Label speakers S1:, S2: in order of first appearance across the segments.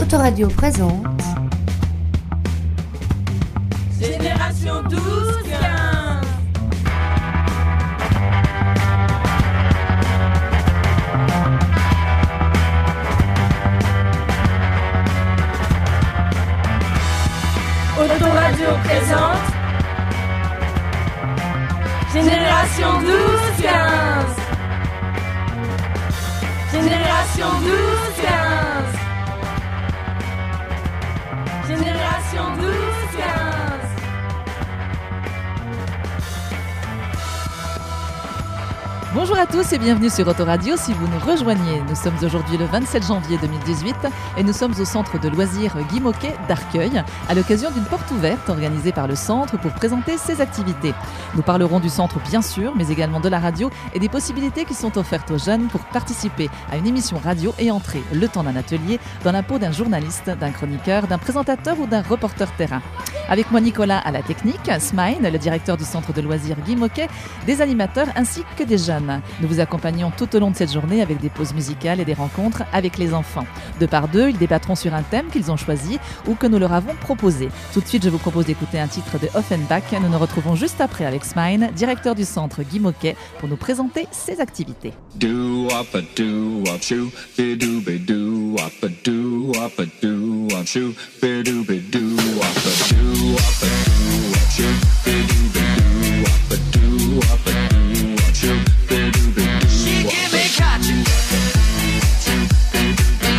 S1: Autoradio présente
S2: Génération 12 Autoradio présente Génération 12 Génération 12 Génération 12
S3: Bonjour à tous et bienvenue sur Autoradio si vous nous rejoignez. Nous sommes aujourd'hui le 27 janvier 2018 et nous sommes au centre de loisirs Guy Moquet d'Arcueil à l'occasion d'une porte ouverte organisée par le centre pour présenter ses activités. Nous parlerons du centre bien sûr, mais également de la radio et des possibilités qui sont offertes aux jeunes pour participer à une émission radio et entrer le temps d'un atelier dans la peau d'un journaliste, d'un chroniqueur, d'un présentateur ou d'un reporter terrain. Avec moi Nicolas à la technique, Smine, le directeur du centre de loisirs Guy Moquet, des animateurs ainsi que des jeunes. Nous vous accompagnons tout au long de cette journée avec des pauses musicales et des rencontres avec les enfants. De par deux, ils débattront sur un thème qu'ils ont choisi ou que nous leur avons proposé. Tout de suite, je vous propose d'écouter un titre de Offenbach. Nous nous retrouvons juste après avec Smine, directeur du centre Guy Moquet, pour nous présenter ses activités.
S4: Do up a do up shoe, be do be do up a do up a do up shoe, be do be do up a do up a do up shoe, be do be do up a do up a do up shoe, be do be do. She give me cotton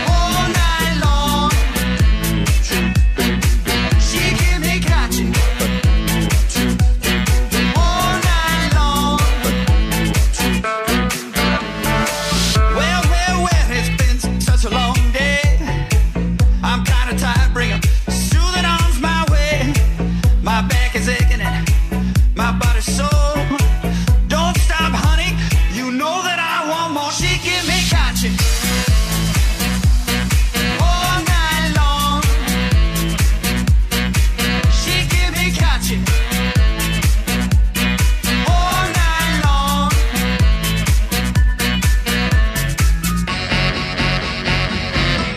S4: all night long. She give me cotton all night long. Well, well, well, it's been such a long day. I'm kind of tired, bringing soothing arms my way. My back is aching and my body's sore. Don't stop, honey. You know that I want more. She give me cotton. All night long. She give me cotton. All night long.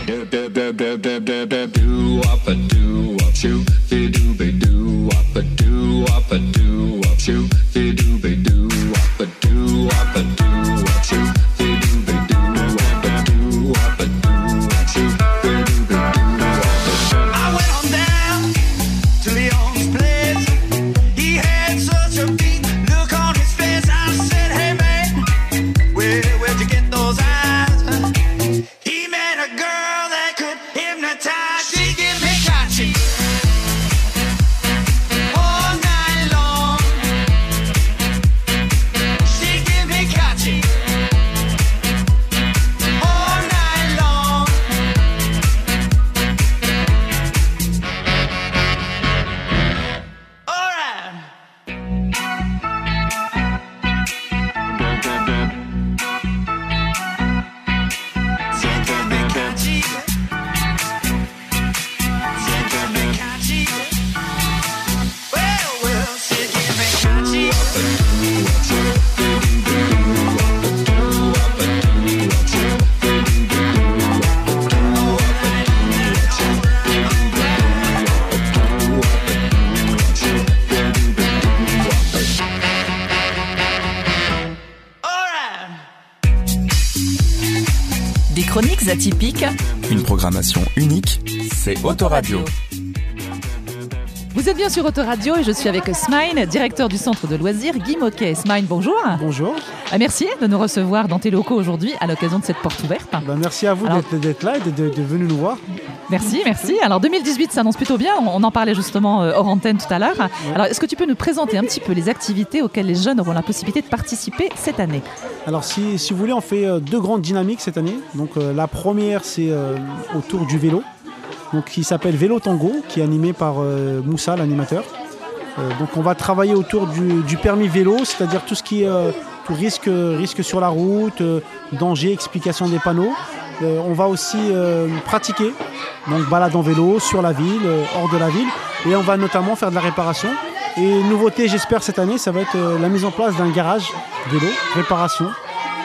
S4: Do do do do do do do do up a do up shoe be do be do up a do up a do up shoe be do be do up a do up a do up shoe be do be do up a do up a do up shoe be do be do up a do. I went on down to Leon's place. He had such a beat look on his face. I said, Hey man, where where'd you get those eyes? He met a girl that could hypnotize. She give me cotton all night long. She give me cotton all night long. All right.
S3: Des chroniques atypiques
S5: Une programmation unique, c'est Autoradio.
S3: Vous êtes bien sur Autoradio et je suis avec Smine, directeur du centre de loisirs Guy Moquet. Smine, bonjour.
S6: Bonjour.
S3: Ah, Merci de nous recevoir dans tes locaux aujourd'hui à l'occasion de cette porte ouverte.
S6: Ben, merci à vous
S3: Alors-
S6: d'être- d'être là et de, de- de venir nous voir.
S3: Merci, merci. Alors 2018 s'annonce plutôt bien, on on en parlait justement euh, hors antenne tout à l'heure. Alors est-ce que tu peux nous présenter un petit peu les activités auxquelles les jeunes auront la possibilité de participer cette année
S6: Alors, si, si vous voulez, on fait euh, deux grandes dynamiques cette année. Donc, euh, la première, c'est euh, autour du vélo. Donc, qui s'appelle Vélo Tango, qui est animé par euh, Moussa, l'animateur. Euh, donc, on va travailler autour du, du permis vélo, c'est-à-dire tout ce qui est euh, tout risque, risque sur la route, euh, danger, explication des panneaux. Euh, on va aussi euh, pratiquer, donc balade en vélo, sur la ville, euh, hors de la ville. Et on va notamment faire de la réparation. Et nouveauté, j'espère, cette année, ça va être euh, la mise en place d'un garage vélo, réparation.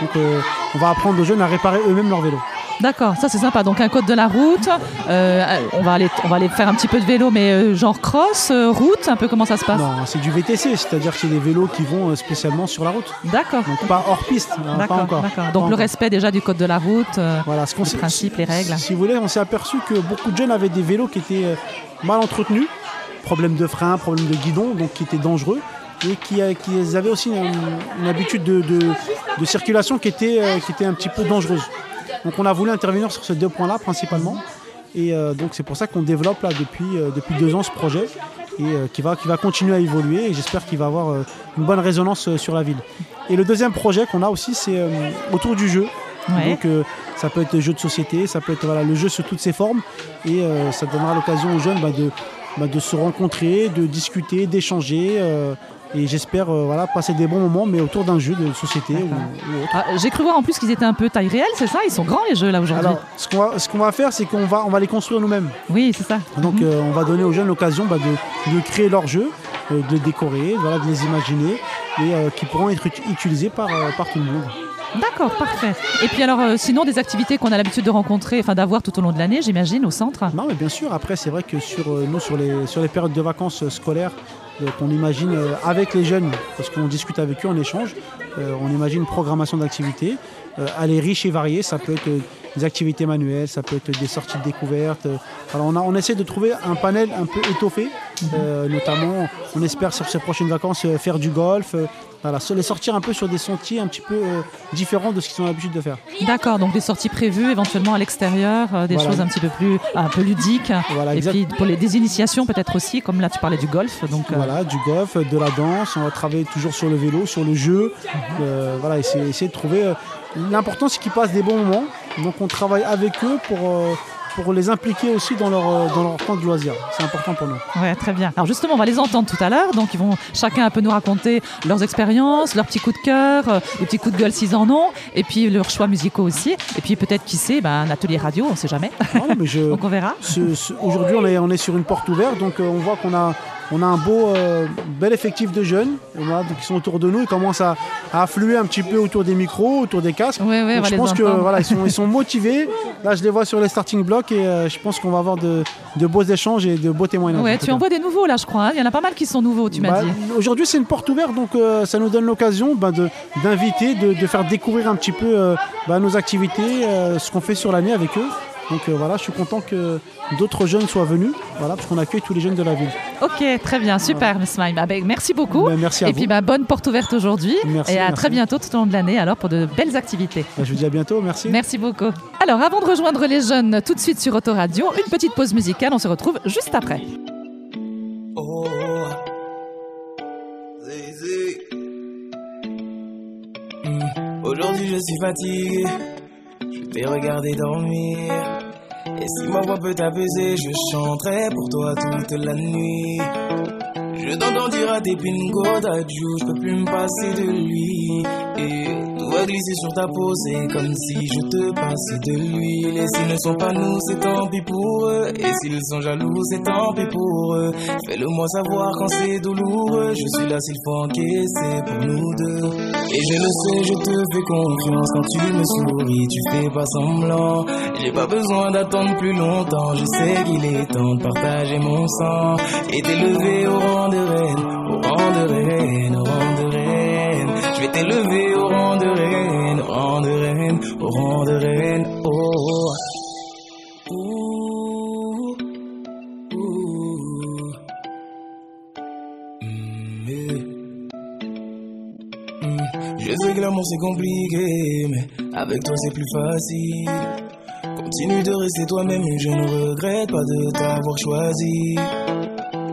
S6: Donc euh, on va apprendre aux jeunes à réparer eux-mêmes leur vélo.
S3: D'accord, ça c'est sympa. Donc un code de la route. euh, on va aller, on va aller faire un petit peu de vélo, mais euh, genre cross, euh, route, un peu comment ça se passe
S6: Non, c'est du VTC, c'est-à-dire que c'est des vélos qui vont euh, spécialement sur la route.
S3: D'accord.
S6: Donc pas hors piste, hein, pas
S3: D'accord,
S6: encore.
S3: d'accord.
S6: Pas
S3: Donc le
S6: encore.
S3: respect déjà du code de la route. euh,
S6: Voilà, ce qu'on
S3: les
S6: s'est-
S3: principes, les règles.
S6: Si vous voulez, on s'est aperçu que beaucoup de jeunes avaient des vélos qui étaient euh, mal entretenus, problème de frein, problème de guidon, donc qui étaient dangereux, et qui, euh, qui avaient aussi une, une habitude de, de- de circulation qui était, euh, qui était un petit peu dangereuse. Donc on a voulu intervenir sur ces deux points-là principalement. Et euh, donc c'est pour ça qu'on développe là depuis, euh, depuis deux ans ce projet et euh, qui, va, qui va continuer à évoluer et j'espère qu'il va avoir euh, une bonne résonance euh, sur la ville. Et le deuxième projet qu'on a aussi c'est euh, autour du jeu.
S3: Ouais.
S6: Donc euh, ça peut être jeu de société, ça peut être voilà, le jeu sous toutes ses formes et euh, ça donnera l'occasion aux jeunes bah, de, bah, de se rencontrer, de discuter, d'échanger euh, et j'espère euh, voilà, passer des bons moments mais autour d'un jeu de société ou,
S3: D'accord.
S6: ou autre.
S3: Ah, J'ai cru voir en plus qu'ils étaient un peu taille réelle, c'est ça Ils sont grands les jeux là aujourd'hui.
S6: Alors ce qu'on va, ce qu'on va faire c'est qu'on va, on va les construire nous-mêmes.
S3: Oui, c'est ça.
S6: Donc
S3: Mhm.
S6: euh, on va donner aux jeunes l'occasion bah, de, de créer leur jeu, euh, de les décorer, voilà, de les imaginer et euh, qui pourront être ut- utilisés par, euh, par tout le monde.
S3: D'accord, parfait. Et puis alors, euh, sinon, des activités qu'on a l'habitude de rencontrer, enfin d'avoir tout au long de l'année, j'imagine, au centre.
S6: Non mais bien sûr, après c'est vrai que sur, euh, nous, sur, les, sur les périodes de vacances euh, scolaires euh, qu'on imagine euh, avec les jeunes, parce qu'on discute avec eux, on échange, euh, on imagine une programmation d'activités. Euh, elle est riche et variée, ça peut être euh, des activités manuelles, ça peut être des sorties de découverte. euh. Alors on, a, on essaie de trouver un panel un peu étoffé, euh, notamment on espère sur ces prochaines vacances euh, faire du golf, euh, voilà, se- les sortir un peu sur des sentiers un petit peu euh, différents de ce qu'ils ont l'habitude de faire.
S3: D'accord, donc des sorties prévues éventuellement à l'extérieur, euh, des
S6: Voilà.
S3: choses un petit peu plus un peu ludiques.
S6: Voilà,
S3: Et
S6: exact-
S3: puis pour les des initiations peut-être aussi, comme là tu parlais du golf. Donc euh,
S6: Voilà, du golf, de la danse, on va travailler toujours sur le vélo, sur le jeu. Euh, voilà, essayer, essayer de trouver. euh, L'important, c'est qu'ils passent des bons moments. Donc, on travaille avec eux pour, euh, pour les impliquer aussi dans leur, euh, dans leur temps de loisir. C'est important pour nous.
S3: ouais, très bien. Alors justement, on va les entendre tout à l'heure. Donc ils vont chacun un peu nous raconter leurs expériences, leurs petits coups de cœur, euh, les petits coups de gueule s'ils en ont, et puis leurs choix musicaux aussi. Et puis peut-être qui sait, ben, un atelier radio, on sait jamais.
S6: Non, mais je,
S3: donc on verra.
S6: ce- ce- aujourd'hui, on est, on est sur une porte ouverte, donc euh, on voit qu'on a, on a un beau, euh, bel effectif de jeunes voilà, donc, qui sont autour de nous. Ils commencent à, à affluer un petit peu autour des micros, autour des casques.
S3: Ouais, ouais, on
S6: Donc
S3: va
S6: je
S3: les
S6: pense que
S3: entendre.
S6: voilà, ils sont, ils sont motivés. Là, je les vois sur les starting blocks et euh, je pense qu'on va avoir de, de beaux échanges et de beaux témoignages. en
S3: Ouais,
S6: tout
S3: tu
S6: cas.
S3: en vois des nouveaux là, je crois. hein. Il y en a pas mal qui sont nouveaux, tu m'as
S6: Bah,
S3: dit.
S6: Aujourd'hui, c'est une porte ouverte, donc euh, ça nous donne l'occasion bah, de- d'inviter, de, de faire découvrir un petit peu euh, bah, nos activités, euh, ce qu'on fait sur l'année avec eux. Donc euh, voilà, je suis content que d'autres jeunes soient venus, voilà, parce qu'on accueille tous les jeunes de la ville.
S3: Ok, très bien, super, Miss Mime. Ah ben, merci beaucoup.
S6: Ben, merci à
S3: et
S6: vous.
S3: puis, bah, bonne porte ouverte aujourd'hui.
S6: Merci,
S3: et à
S6: merci.
S3: très bientôt tout au long de l'année, alors, pour de belles activités.
S6: Bah, je vous dis à bientôt, merci.
S3: Merci beaucoup. Alors, avant de rejoindre les jeunes tout de suite sur Autoradio, une petite pause musicale. On se retrouve juste après.
S1: Oh, Zézé. Mm. Aujourd'hui je suis fatigué, je t'ai regardé dormir. Et si ma voix peut t'apaiser, je chanterai pour toi toute la nuit. Je t'entends dire à tes bingos d'adieu, je peux plus me passer de lui. Et tout va glisser sur ta peau, c'est comme si je te passais de l'huile. Et s'ils ne sont pas nous, c'est tant pis pour eux. Et s'ils sont jaloux, c'est tant pis pour eux. Fais-le moi savoir quand c'est douloureux. Je suis là s'il faut encaisser pour nous deux. Et je le sais, je te fais confiance quand tu me souris, tu fais pas semblant. J'ai pas besoin d'attendre plus longtemps, je sais qu'il est temps de partager mon sang et d'élever au rang de reine, au rang de reine, au rang de reine. Je vais t'élever au rang de reine, au rang de reine, au rang de reine. Oh. Ouh. Ouh. Mm, eh. Mm. Je sais que l'amour c'est compliqué, mais avec toi c'est plus facile. Continue de rester toi-même et je ne regrette pas de t'avoir choisi.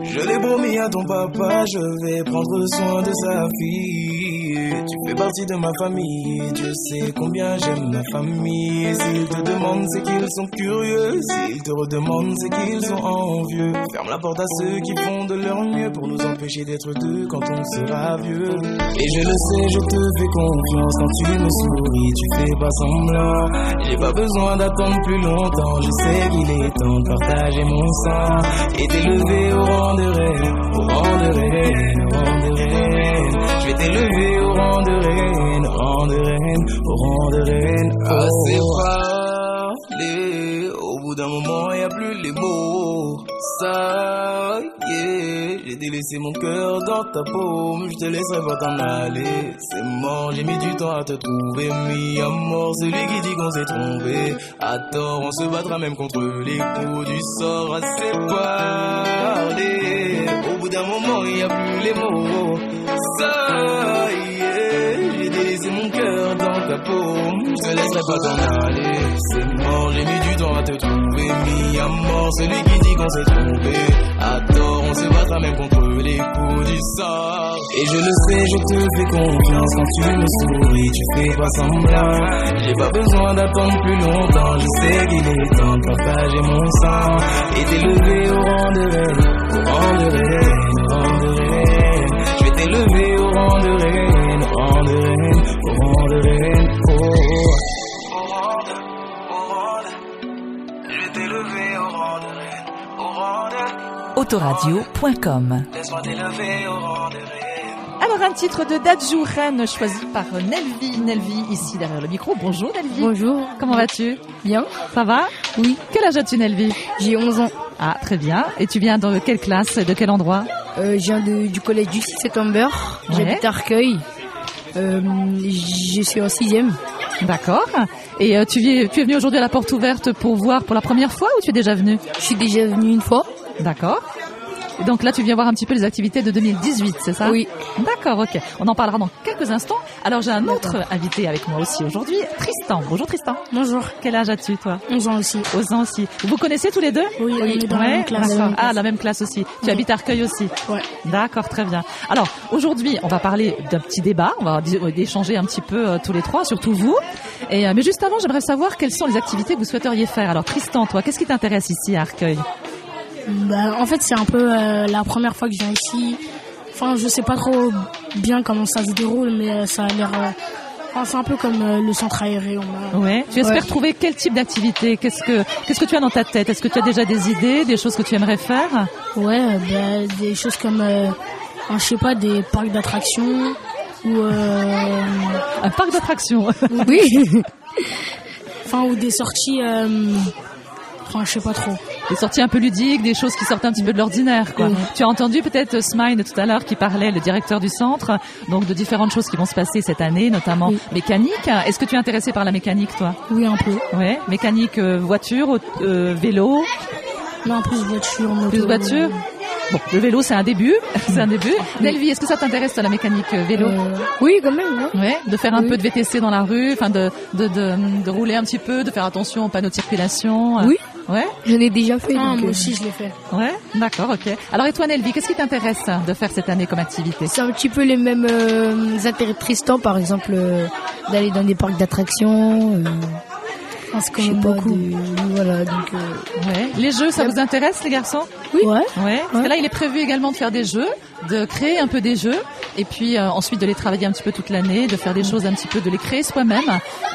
S1: Je l'ai promis à ton papa, je vais prendre soin de sa fille. Tu fais partie de ma famille, je sais combien j'aime ma famille. Et S'ils te demandent, c'est qu'ils sont curieux. S'ils te redemandent, c'est qu'ils sont envieux. Ferme la porte à ceux qui font de leur mieux pour nous empêcher d'être deux quand on sera vieux. Et je le sais, je te fais confiance quand tu me souris, tu fais pas semblant. J'ai pas besoin d'attendre plus longtemps, je sais qu'il est temps de partager mon sang et t'élever au rang de reine, au rang de reine, au rang de reine. Je vais t'élever au Oh. rang de reine, au rang de reine, au rang de reine. Ah, c'est pas bout d'un moment, y a plus les mots. Ça y est, j'ai délaissé mon cœur dans ta paume. Je te laisserai pas t'en aller. C'est mort, j'ai mis du temps à te trouver. Mis à mort, celui qui dit qu'on s'est trompé. À tort, on se battra même contre les coups du sort à séparer. Au bout d'un moment, y a plus les mots. Ça y est, j'ai délaissé mon cœur dans ta peau. Je te laisserai pas t'en aller. C'est mort, j'ai mis du temps à te trouver. Mis à mort, celui qui dit qu'on s'est trompé. À tort, on se battra même contre les coups du sort. Et je le sais, je te fais confiance quand tu me souris. Tu fais pas semblant. J'ai pas besoin d'attendre plus longtemps. Je sais qu'il est temps de partager mon sang. Et t'élever au rang de reine. Au rang de reine, au rang de reine. Je vais t'élever au rang de reine. Au rang de reine, au rang de reine. Oh, oh. Au rang de, au rang de. Je vais t'élever au rang de reine. Au rang de.
S3: Autoradio.com
S1: Laisse-moi t'élever au rang de reine.
S3: Alors un titre de Dadju Rennes choisi par Nelvi. Nelvi ici derrière le micro. Bonjour Nelvi.
S7: Bonjour.
S3: Comment vas-tu
S7: Bien
S3: Ça va
S7: Oui.
S3: Quel âge as-tu Nelvi
S7: J'ai 11 ans.
S3: Ah très bien. Et tu viens dans quelle classe De quel endroit
S7: Euh, je viens de- du collège du 6 septembre.
S3: Ouais.
S7: J'habite à Arcueil. Euh, je suis en 6ème.
S3: D'accord. Et euh, tu, viens- tu es venu aujourd'hui à la porte ouverte pour voir pour la première fois ou tu es déjà venu
S7: Je suis déjà venue une fois.
S3: D'accord. Et Donc là, tu viens voir un petit peu les activités de 2018, c'est ça
S7: Oui.
S3: D'accord, ok. On en parlera dans quelques instants. Alors j'ai un autre invité avec moi aussi aujourd'hui, Tristan. Bonjour Tristan.
S7: Bonjour.
S3: Quel âge as-tu toi
S7: 11 ans aussi.
S3: Aux ans aussi. Vous connaissez tous les deux
S7: Oui, on est dans la
S3: Ouais,
S7: même classe.
S3: d'accord. Ah, la même classe aussi. Tu habites à Arcueil aussi
S7: Ouais.
S3: D'accord, très bien. Alors, aujourd'hui, on va parler d'un petit débat. On va di- euh, échanger un petit peu euh, tous les trois, surtout vous. Et, euh, mais juste avant, j'aimerais savoir quelles sont les activités que vous souhaiteriez faire. Alors, Tristan, toi, qu'est-ce qui t'intéresse ici à Arcueil
S8: Bah, en fait, c'est un peu euh, la première fois que je viens ici. Enfin, je sais pas trop bien comment ça se déroule, mais euh, ça a l'air. euh, enfin, c'est un peu comme euh, le centre aéré. On a-
S3: Ouais. Tu espères
S8: Ouais.
S3: trouver quel type d'activité Qu'est-ce que qu'est-ce que tu as dans ta tête Est-ce que tu as déjà des idées, des choses que tu aimerais faire
S8: Ouais, euh, bah, des choses comme, euh, un, je sais pas, des parcs d'attractions ou, euh,
S3: Un parc d'attractions.
S7: Oui.
S8: enfin, ou des sorties. euh, enfin, je sais pas trop.
S3: des sorties un peu ludiques, des choses qui sortent un petit peu de l'ordinaire. Quoi. Tu as entendu peut-être euh, Smile tout à l'heure qui parlait, le directeur du centre, donc de différentes choses qui vont se passer cette année, notamment
S8: Oui.
S3: mécanique. Est-ce que tu es intéressé par la mécanique, toi
S8: Oui, un peu.
S3: Ouais, mécanique, euh, voiture, aut- euh, vélo,
S8: Non, plus voiture, moto.
S3: plus voiture. Bon, le vélo c'est un début, c'est un début. Nelvi, est-ce que ça t'intéresse toi, la mécanique euh, vélo
S7: Euh, oui, quand même. ouais.
S3: Ouais, de faire un
S7: Oui.
S3: peu de VTC dans la rue, enfin de de, de de rouler un petit peu, de faire attention aux panneaux de circulation. euh.
S7: Oui.
S3: Ouais,
S7: J'en ai déjà fait.
S8: Ah,
S7: donc,
S8: moi
S7: euh,
S8: aussi, je l'ai fait.
S3: ouais, d'accord, ok. Alors et toi Nelvi, qu'est-ce qui t'intéresse euh, de faire cette année comme activité
S7: C'est un petit peu les mêmes euh, intérêts de Tristan, par exemple, euh, d'aller dans des parcs d'attractions. Euh,
S8: Enfin, c'est
S7: je
S8: quand
S7: sais
S8: même
S7: pas,
S8: beaucoup.
S7: des- voilà, donc. euh,
S3: Ouais. Les jeux, ça vous intéresse les garçons
S7: oui. Ouais.
S3: Ouais. Parce que là, il est prévu également de faire des jeux, de créer un peu des jeux, et puis euh, ensuite de les travailler un petit peu toute l'année, de faire des choses un petit peu, de les créer soi-même.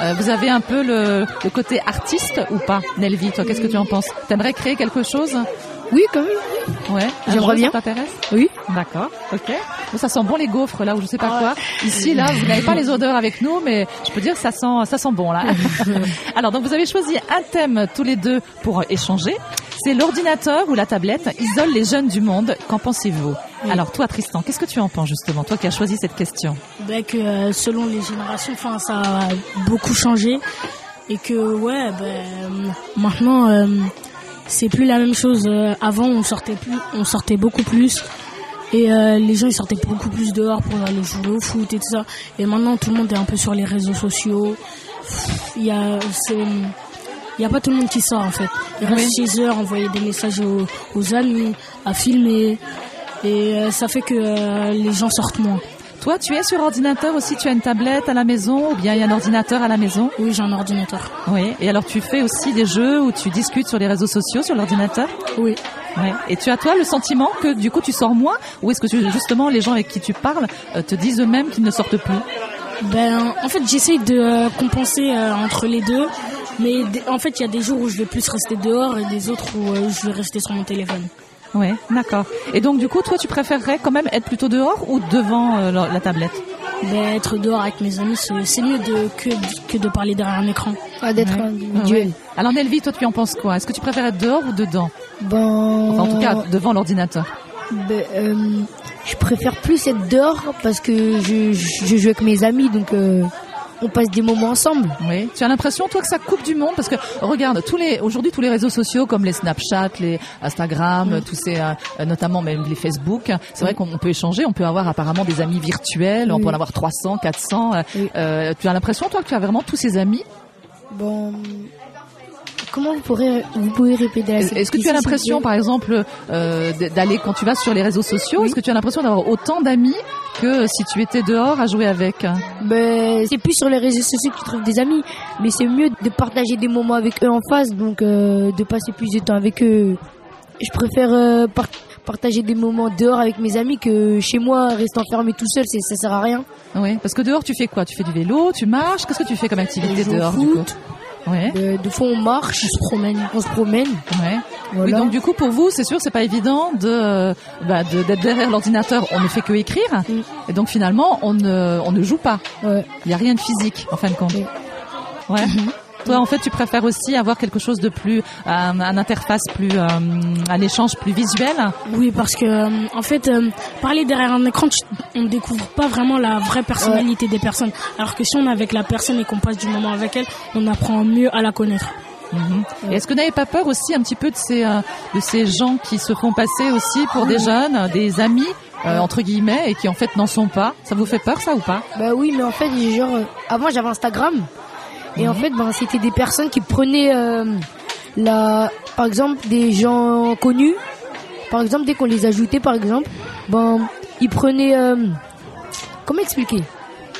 S3: Euh, vous avez un peu le, le côté artiste ou pas, Nelvi Toi, qu'est-ce que tu en penses T'aimerais créer quelque chose
S7: Oui, quand même.
S3: Ouais. Un
S7: J'aimerais
S3: jeu,
S7: bien.
S3: Ça t'intéresse
S7: Oui.
S3: D'accord. Ok. Bon, ça sent bon les gaufres là, ou je sais pas quoi. Ici, là, vous n'avez pas les odeurs avec nous, mais je peux dire que ça sent, ça sent bon là. Alors, donc, vous avez choisi un thème tous les deux pour euh, échanger. C'est l'ordinateur ou la tablette isole les jeunes du monde. Qu'en pensez-vous Alors, toi, Tristan, qu'est-ce que tu en penses justement Toi qui as choisi cette question.
S8: Bah, que euh, selon les générations, enfin ça a beaucoup changé et que ouais, bah, euh, maintenant euh, c'est plus la même chose. Euh, Avant on sortait plus, on sortait beaucoup plus et euh, les gens ils sortaient beaucoup plus dehors pour aller jouer au foot et tout ça. Et maintenant tout le monde est un peu sur les réseaux sociaux. Il y a c'est- il y a pas tout le monde qui sort en fait. Ils restent chez eux, envoyer des messages aux, aux amis, à filmer. Et euh, ça fait que euh, les gens sortent moins.
S3: Toi, tu es sur ordinateur aussi Tu as une tablette à la maison ou bien il y a un ordinateur à la maison
S8: Oui, j'ai un ordinateur.
S3: Oui. Et alors, tu fais aussi des jeux où tu discutes sur les réseaux sociaux, sur l'ordinateur
S8: Oui.
S3: Ouais. Et tu as toi le sentiment que du coup tu sors moins ou est-ce que tu- justement les gens avec qui tu parles euh, te disent eux-mêmes qu'ils ne sortent plus
S8: Ben, en fait, j'essaye de euh, compenser euh, entre les deux. Mais d- en fait, il y a des jours où je vais plus rester dehors et des autres où euh, je vais rester sur mon téléphone.
S3: Ouais, d'accord. Et donc du coup toi tu préférerais quand même être plutôt dehors ou devant euh, la la tablette
S8: ben, être dehors avec mes amis, c'est c'est mieux de, que, que de parler derrière un écran.
S7: Pas d'être
S3: Ouais.
S7: individuel.
S3: Ouais. Alors Nelvi, toi tu en penses quoi Est-ce que tu préfères être dehors ou dedans
S7: Ben,
S3: Enfin, En tout cas devant l'ordinateur.
S7: ben, euh, je préfère plus être dehors parce que je, je, je joue avec mes amis, donc euh, on passe des moments ensemble.
S3: Oui. Tu as l'impression toi que ça coupe du monde parce que regarde tous les aujourd'hui tous les réseaux sociaux comme les Snapchat, les Instagram,
S7: Mm.
S3: tous ces euh, euh, notamment même les Facebook. C'est vrai qu'on peut échanger, on peut avoir apparemment des amis virtuels, on peut en
S7: Oui.
S3: avoir 300, 400. euh,
S7: Oui.
S3: euh, tu as l'impression toi que tu as vraiment tous ces amis
S7: Bon, comment vous pourrez vous pouvez répéter la
S3: Est-ce que tu as l'impression, par exemple, euh, d- d'aller quand tu vas sur les réseaux sociaux Est-ce que tu as l'impression d'avoir autant d'amis que si tu étais dehors à jouer avec euh,
S7: Ben, c'est plus sur les réseaux sociaux que tu trouves des amis, mais c'est mieux de partager des moments avec eux en face, donc euh, de passer plus de temps avec eux. Je préfère euh, par- partager des moments dehors avec mes amis que chez moi, rester enfermé tout seul, c'est- ça sert à rien.
S3: Oui, parce que dehors tu fais quoi Tu fais du vélo, tu marches. Qu'est-ce que tu fais comme activité
S7: On joue au
S3: dehors du coup
S7: foot,
S3: Ouais,
S7: euh, de fois on marche, on se promène, on se promène.
S3: ouais. Oui,
S7: Voilà.
S3: donc du coup pour vous, c'est sûr, c'est pas évident de euh, bah, de- d'être derrière l'ordinateur. On ne fait que écrire,
S7: Oui.
S3: et donc finalement on ne on ne joue pas.
S7: Mm. Ouais. Mm-hmm.
S3: Il y a rien de physique en fin de compte.
S7: Oui.
S3: Ouais. Toi, en fait, tu préfères aussi avoir quelque chose de plus, un, un interface plus, euh, un échange plus visuel.
S8: Oui, parce que euh, en fait, euh, parler derrière un écran, tu- on ne découvre pas vraiment la vraie personnalité des personnes. Alors que si on est avec la personne et qu'on passe du moment avec elle, on apprend mieux à la connaître.
S3: Mhm. Et Est-ce que vous n'avez pas peur aussi un petit peu de ces, euh, de ces gens qui se font passer aussi pour des jeunes, des amis euh, entre guillemets, et qui en fait n'en sont pas Ça vous fait peur ça ou pas
S7: Bah oui, mais en fait, j'ai genre euh, avant j'avais Instagram et
S3: Mhm.
S7: en fait, ben c'était des personnes qui prenaient euh, la par exemple des gens connus. Par exemple, dès qu'on les ajoutait par exemple, ben ils prenaient euh, comment expliquer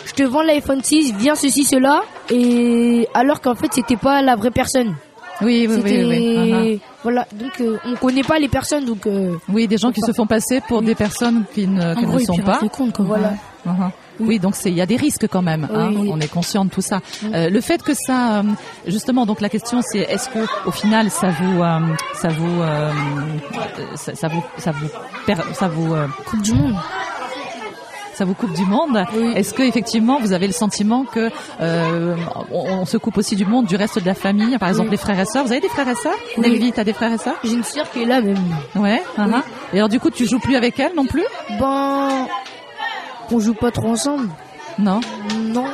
S7: Je te vends l'iPhone 6, viens ceci cela et alors qu'en fait, c'était pas la vraie personne.
S3: Oui, oui, oui,
S7: C'était
S3: oui. Uh-huh. Ah, ah.
S7: voilà, donc euh, on connaît pas les personnes donc euh,
S3: Oui, des gens qui se font passer pour des personnes qui ne, qui
S8: en gros,
S3: ne
S8: ils
S3: sont
S8: piratent
S3: Euh, pas.
S8: les comptes, quoi.
S7: voilà.
S3: Mhm. Oui, donc c'est- il y a des risques quand même. hein,
S7: Oui.
S3: On est conscient de tout ça. Euh, le fait que ça, euh, justement, donc la question c'est est-ce que au final ça vous, euh, ça vous, euh, euh, ça, ça vous, ça vous, per- ça vous, euh,
S8: Coupe du monde.
S3: ça vous coupe du monde. Est-ce que effectivement vous avez le sentiment que euh, on, on se coupe aussi du monde, du reste de la famille, par exemple les frères et sœurs. Vous avez des frères et sœurs
S7: Oui.
S3: Nelvi, t'as des frères et sœurs
S7: J'ai une sœur qui est là même.
S3: Ouais. hein, hein. Et alors du coup tu joues plus avec elle non plus
S7: Ben on joue pas trop ensemble.
S3: Non.
S7: Non,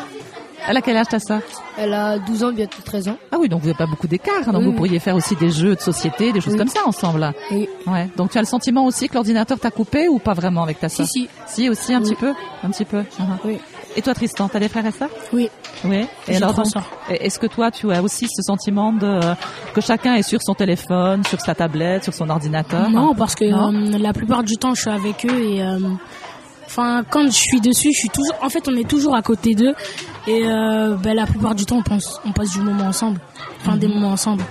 S3: Elle a quel âge ta sœur
S7: elle a 12 ans, bientôt 13 ans.
S3: Ah oui, donc vous n'avez pas beaucoup d'écart, donc
S7: Oui,
S3: vous
S7: oui.
S3: pourriez faire aussi des jeux de société, des choses
S7: Oui.
S3: comme ça ensemble. là.
S7: Oui.
S3: Ouais. Donc tu as le sentiment aussi que l'ordinateur t'a coupé ou pas vraiment avec ta
S7: Si,
S3: sœur
S7: si.
S3: Si, aussi un
S7: Oui.
S3: petit peu, un petit peu. Uh-huh.
S7: Oui.
S3: Et toi Tristan, t'as des frères et sœurs
S8: Oui.
S3: Oui. Et
S8: J'ai
S3: alors
S8: trois
S3: donc,
S8: sœurs.
S3: est-ce que toi tu as aussi ce sentiment de euh, que chacun est sur son téléphone, sur sa tablette, sur son ordinateur
S8: Non, parce que
S3: Non.
S8: euh, la plupart du temps, je suis avec eux et euh, enfin quand je suis dessus, je suis toujours. En fait, on est toujours à côté d'eux et euh, ben, la plupart du temps, on pense, on passe du moment ensemble, enfin des moments ensemble.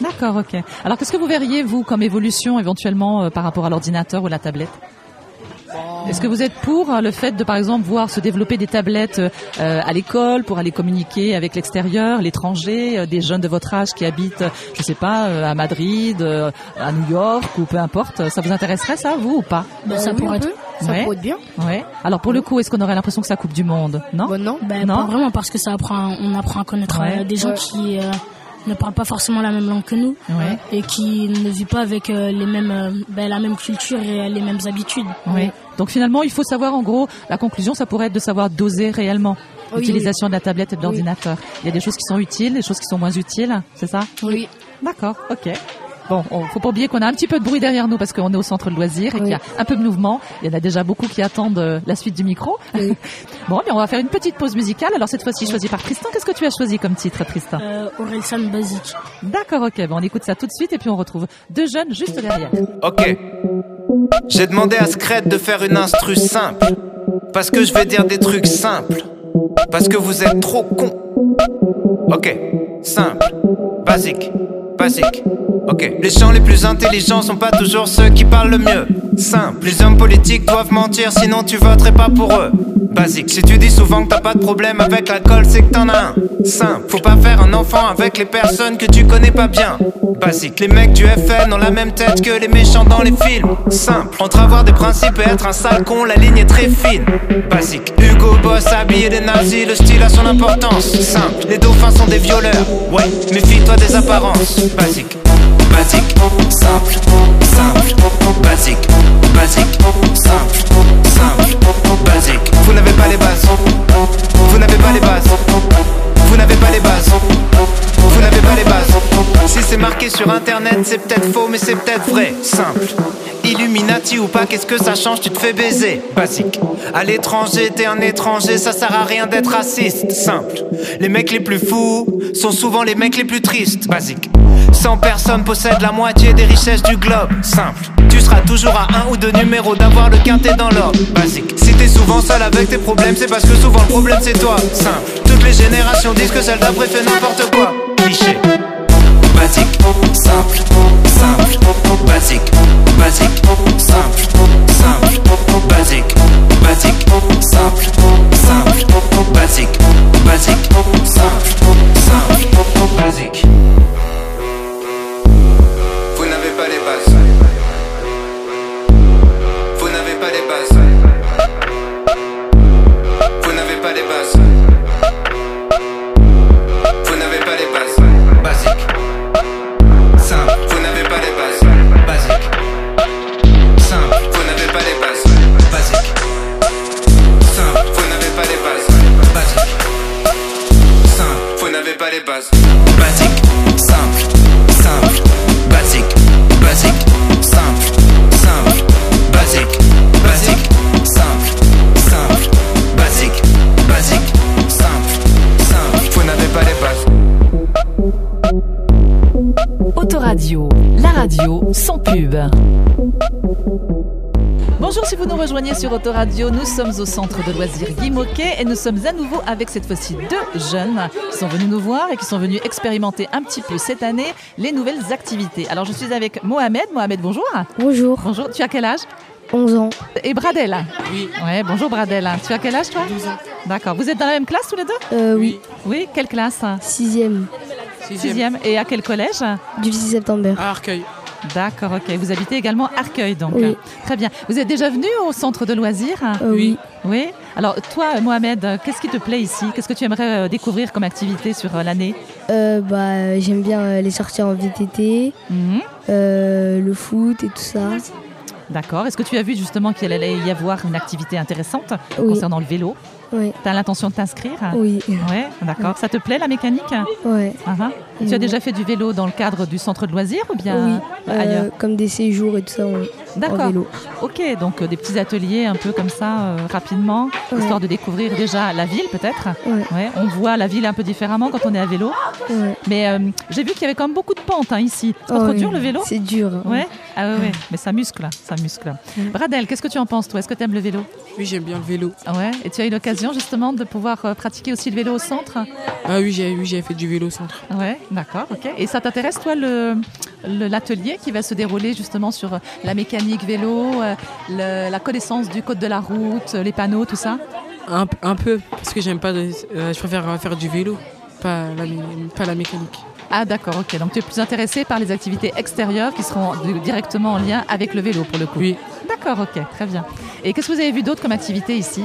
S3: D'accord, ok. Alors qu'est-ce que vous verriez vous comme évolution éventuellement euh, par rapport à l'ordinateur ou la tablette est-ce que vous êtes pour euh, le fait de, par exemple, voir se développer des tablettes euh, à l'école pour aller communiquer avec l'extérieur, l'étranger, euh, des jeunes de votre âge qui habitent, euh, je sais pas, euh, à Madrid, euh, à New York ou peu importe euh, Ça vous intéresserait ça, vous ou pas
S8: Ben, ça
S7: Euh, oui,
S8: pourrait
S7: un
S8: être.
S7: peu. Bah, Ça
S3: Ouais.
S7: pourrait être bien.
S3: Ouais. Alors pour le coup, est-ce qu'on aurait l'impression que ça coupe du monde Non.
S7: Bon, non.
S8: Ben,
S3: Non.
S8: pas vraiment parce que ça apprend, on apprend à connaître
S3: Ouais.
S8: euh, des gens
S7: Ouais.
S8: qui euh, ne parlent pas forcément la même langue que nous
S3: Ouais.
S8: et qui ne vivent pas avec euh, les mêmes, euh, ben, la même culture et euh, les mêmes habitudes.
S3: Oui. Donc finalement, il faut savoir en gros, la conclusion, ça pourrait être de savoir doser réellement
S7: Oui,
S3: l'utilisation de la tablette et de l'ordinateur. Il y a des choses qui sont utiles, des choses qui sont moins utiles, c'est ça
S7: Oui.
S3: D'accord, ok. Bon, on, faut pas oublier qu'on a un petit peu de bruit derrière nous parce qu'on est au centre de loisirs et
S7: Oui.
S3: qu'il y a un peu de mouvement. Il y en a déjà beaucoup qui attendent euh, la suite du micro. bon, mais on va faire une petite pause musicale. Alors cette fois-ci choisie par Tristan. Qu'est-ce que tu as choisi comme titre, Tristan
S8: Euh, Orelsan basique.
S3: D'accord, ok. Bon, on écoute ça tout de suite et puis on retrouve deux jeunes juste derrière.
S9: Ok. J'ai demandé à Scred de faire une instru simple. Parce que je vais dire des trucs simples. Parce que vous êtes trop cons. Ok. Simple. Basique. Basique. Ok. Les gens les plus intelligents sont pas toujours ceux qui parlent le mieux. Simple, les hommes politiques doivent mentir, sinon tu voterais pas pour eux. Basique, si tu dis souvent que t'as pas de problème avec l'alcool, c'est que t'en as un. Simple, faut pas faire un enfant avec les personnes que tu connais pas bien. Basique, les mecs du FN ont la même tête que les méchants dans les films. Simple, entre avoir des principes et être un sale con, la ligne est très fine. Basique, Hugo Boss habillé des nazis, le style a son importance. Simple, les dauphins sont des violeurs. Ouais, méfie-toi des apparences. Basique basique, simple, simple, basique, basique, simple, simple, basique. Vous n'avez pas les bases, vous n'avez pas les bases, vous n'avez pas les bases, vous n'avez pas les bases. Si c'est marqué sur internet, c'est peut-être faux, mais c'est peut-être vrai, simple. Illuminati ou pas, qu'est-ce que ça change, tu te fais baiser, basique. À l'étranger, t'es un étranger, ça sert à rien d'être raciste, simple. Les mecs les plus fous sont souvent les mecs les plus tristes, basique. 100 personnes possèdent la moitié des richesses du globe. Simple. Tu seras toujours à un ou deux numéros d'avoir le quintet dans l'ordre. Basique. Si t'es souvent seul avec tes problèmes, c'est parce que souvent le problème c'est toi. Simple. Toutes les générations disent que celle d'après fait n'importe quoi. Cliché. Basique, simple, simple, basique, basique, simple, simple, basique, basique, simple, simple, basique, basique, simple, simple, basique. Vous n'avez pas les bases. Vous n'avez pas les bases. Vous n'avez pas les bases. Vous n'avez pas les bases. Basique. Simple. Vous n'avez pas les bases. Basique. Simple. Vous n'avez pas les bases. Basique. Simple. Vous n'avez pas les bases. Basique. Simple. Vous n'avez pas les bases. Basique. Simple. Simple. Basique. Basique. Simple. Simple. Basique. Basique. Simple. Simple. Basique. Basique. Simple. Simple. Vous n'avez pas les bases.
S3: Autoradio, la radio sans pub.
S7: Oh,
S3: Bonjour, si vous nous rejoignez sur Autoradio, nous sommes au centre de loisirs Guy Moquet et nous sommes à nouveau avec cette fois-ci deux jeunes qui sont venus nous voir et qui sont venus expérimenter un petit peu cette année les nouvelles activités. Alors je suis avec Mohamed. Mohamed, bonjour.
S7: Bonjour,
S3: Bonjour, tu as quel âge
S7: 11 ans.
S3: Et Bradel Oui. Ouais, bonjour Bradel. Tu as quel âge toi 12 ans. D'accord. Vous êtes dans la même classe tous les deux
S7: Euh, oui,
S3: Oui, quelle classe
S7: 6ème,
S3: Sixième. Et à quel collège
S7: du 6 septembre.
S10: À Arcueil.
S3: D'accord, ok. Vous habitez également Arcueil, donc.
S7: Oui.
S3: Très bien. Vous êtes déjà venu au centre de loisirs
S7: Euh, oui.
S3: Oui. Alors, toi, euh, Mohamed, euh, qu'est-ce qui te plaît ici Qu'est-ce que tu aimerais euh, découvrir comme activité sur euh, l'année
S7: Euh, bah, euh, j'aime bien euh, les sorties en VTT,
S3: Mhm.
S7: euh, le foot et tout ça.
S3: D'accord. Est-ce que tu as vu justement qu'il allait y avoir une activité intéressante
S7: Oui.
S3: concernant le vélo
S7: Oui.
S3: Tu as l'intention de t'inscrire
S7: Oui,
S3: Ouais, d'accord. Ça te plaît la mécanique
S7: ouais.
S3: Ah, ah. Et Tu as
S7: Oui.
S3: déjà fait du vélo dans le cadre du centre de loisirs ou bien
S7: oui,
S3: euh,
S7: euh,
S3: ailleurs
S7: comme des séjours et tout ça en, en
S3: D'accord.
S7: vélo.
S3: Ok, donc euh, des petits ateliers un peu comme ça, euh, rapidement,
S7: Ouais.
S3: histoire de découvrir déjà la ville peut-être.
S7: Ouais.
S3: Ouais, on voit la ville un peu différemment quand on est à vélo.
S7: Ouais.
S3: Mais euh, j'ai vu qu'il y avait quand même beaucoup de pentes hein, ici. C'est pas
S7: Oh,
S3: trop
S7: oui.
S3: dur le vélo
S7: C'est dur. hein.
S3: Ouais, ah ouais, ouais. mais ça muscle, ça muscle.
S7: Ouais.
S3: Mm. Bradel, qu'est-ce que tu en penses toi Est-ce que tu aimes le vélo
S10: Oui, j'aime bien le vélo.
S3: Ah Ouais, et tu as eu l'occasion justement de pouvoir euh, pratiquer aussi le vélo au centre Ah
S10: Ah oui, j'ai oui, j'ai fait du vélo au centre.
S3: Ouais, d'accord, ok. Et ça t'intéresse toi le le- l'atelier qui va se dérouler justement sur euh, la mécanique vélo, euh, le- la connaissance du code de la route, euh, les panneaux, tout ça
S10: Un, un peu, parce que j'aime pas. les- euh, je préfère euh, faire du vélo, pas la, mé- pas la mécanique.
S3: Ah d'accord, ok. Donc tu es plus intéressé par les activités extérieures qui seront de- directement en lien avec le vélo pour le coup.
S10: Oui.
S3: D'accord, ok, très bien. Et qu'est-ce que vous avez vu d'autre comme activité ici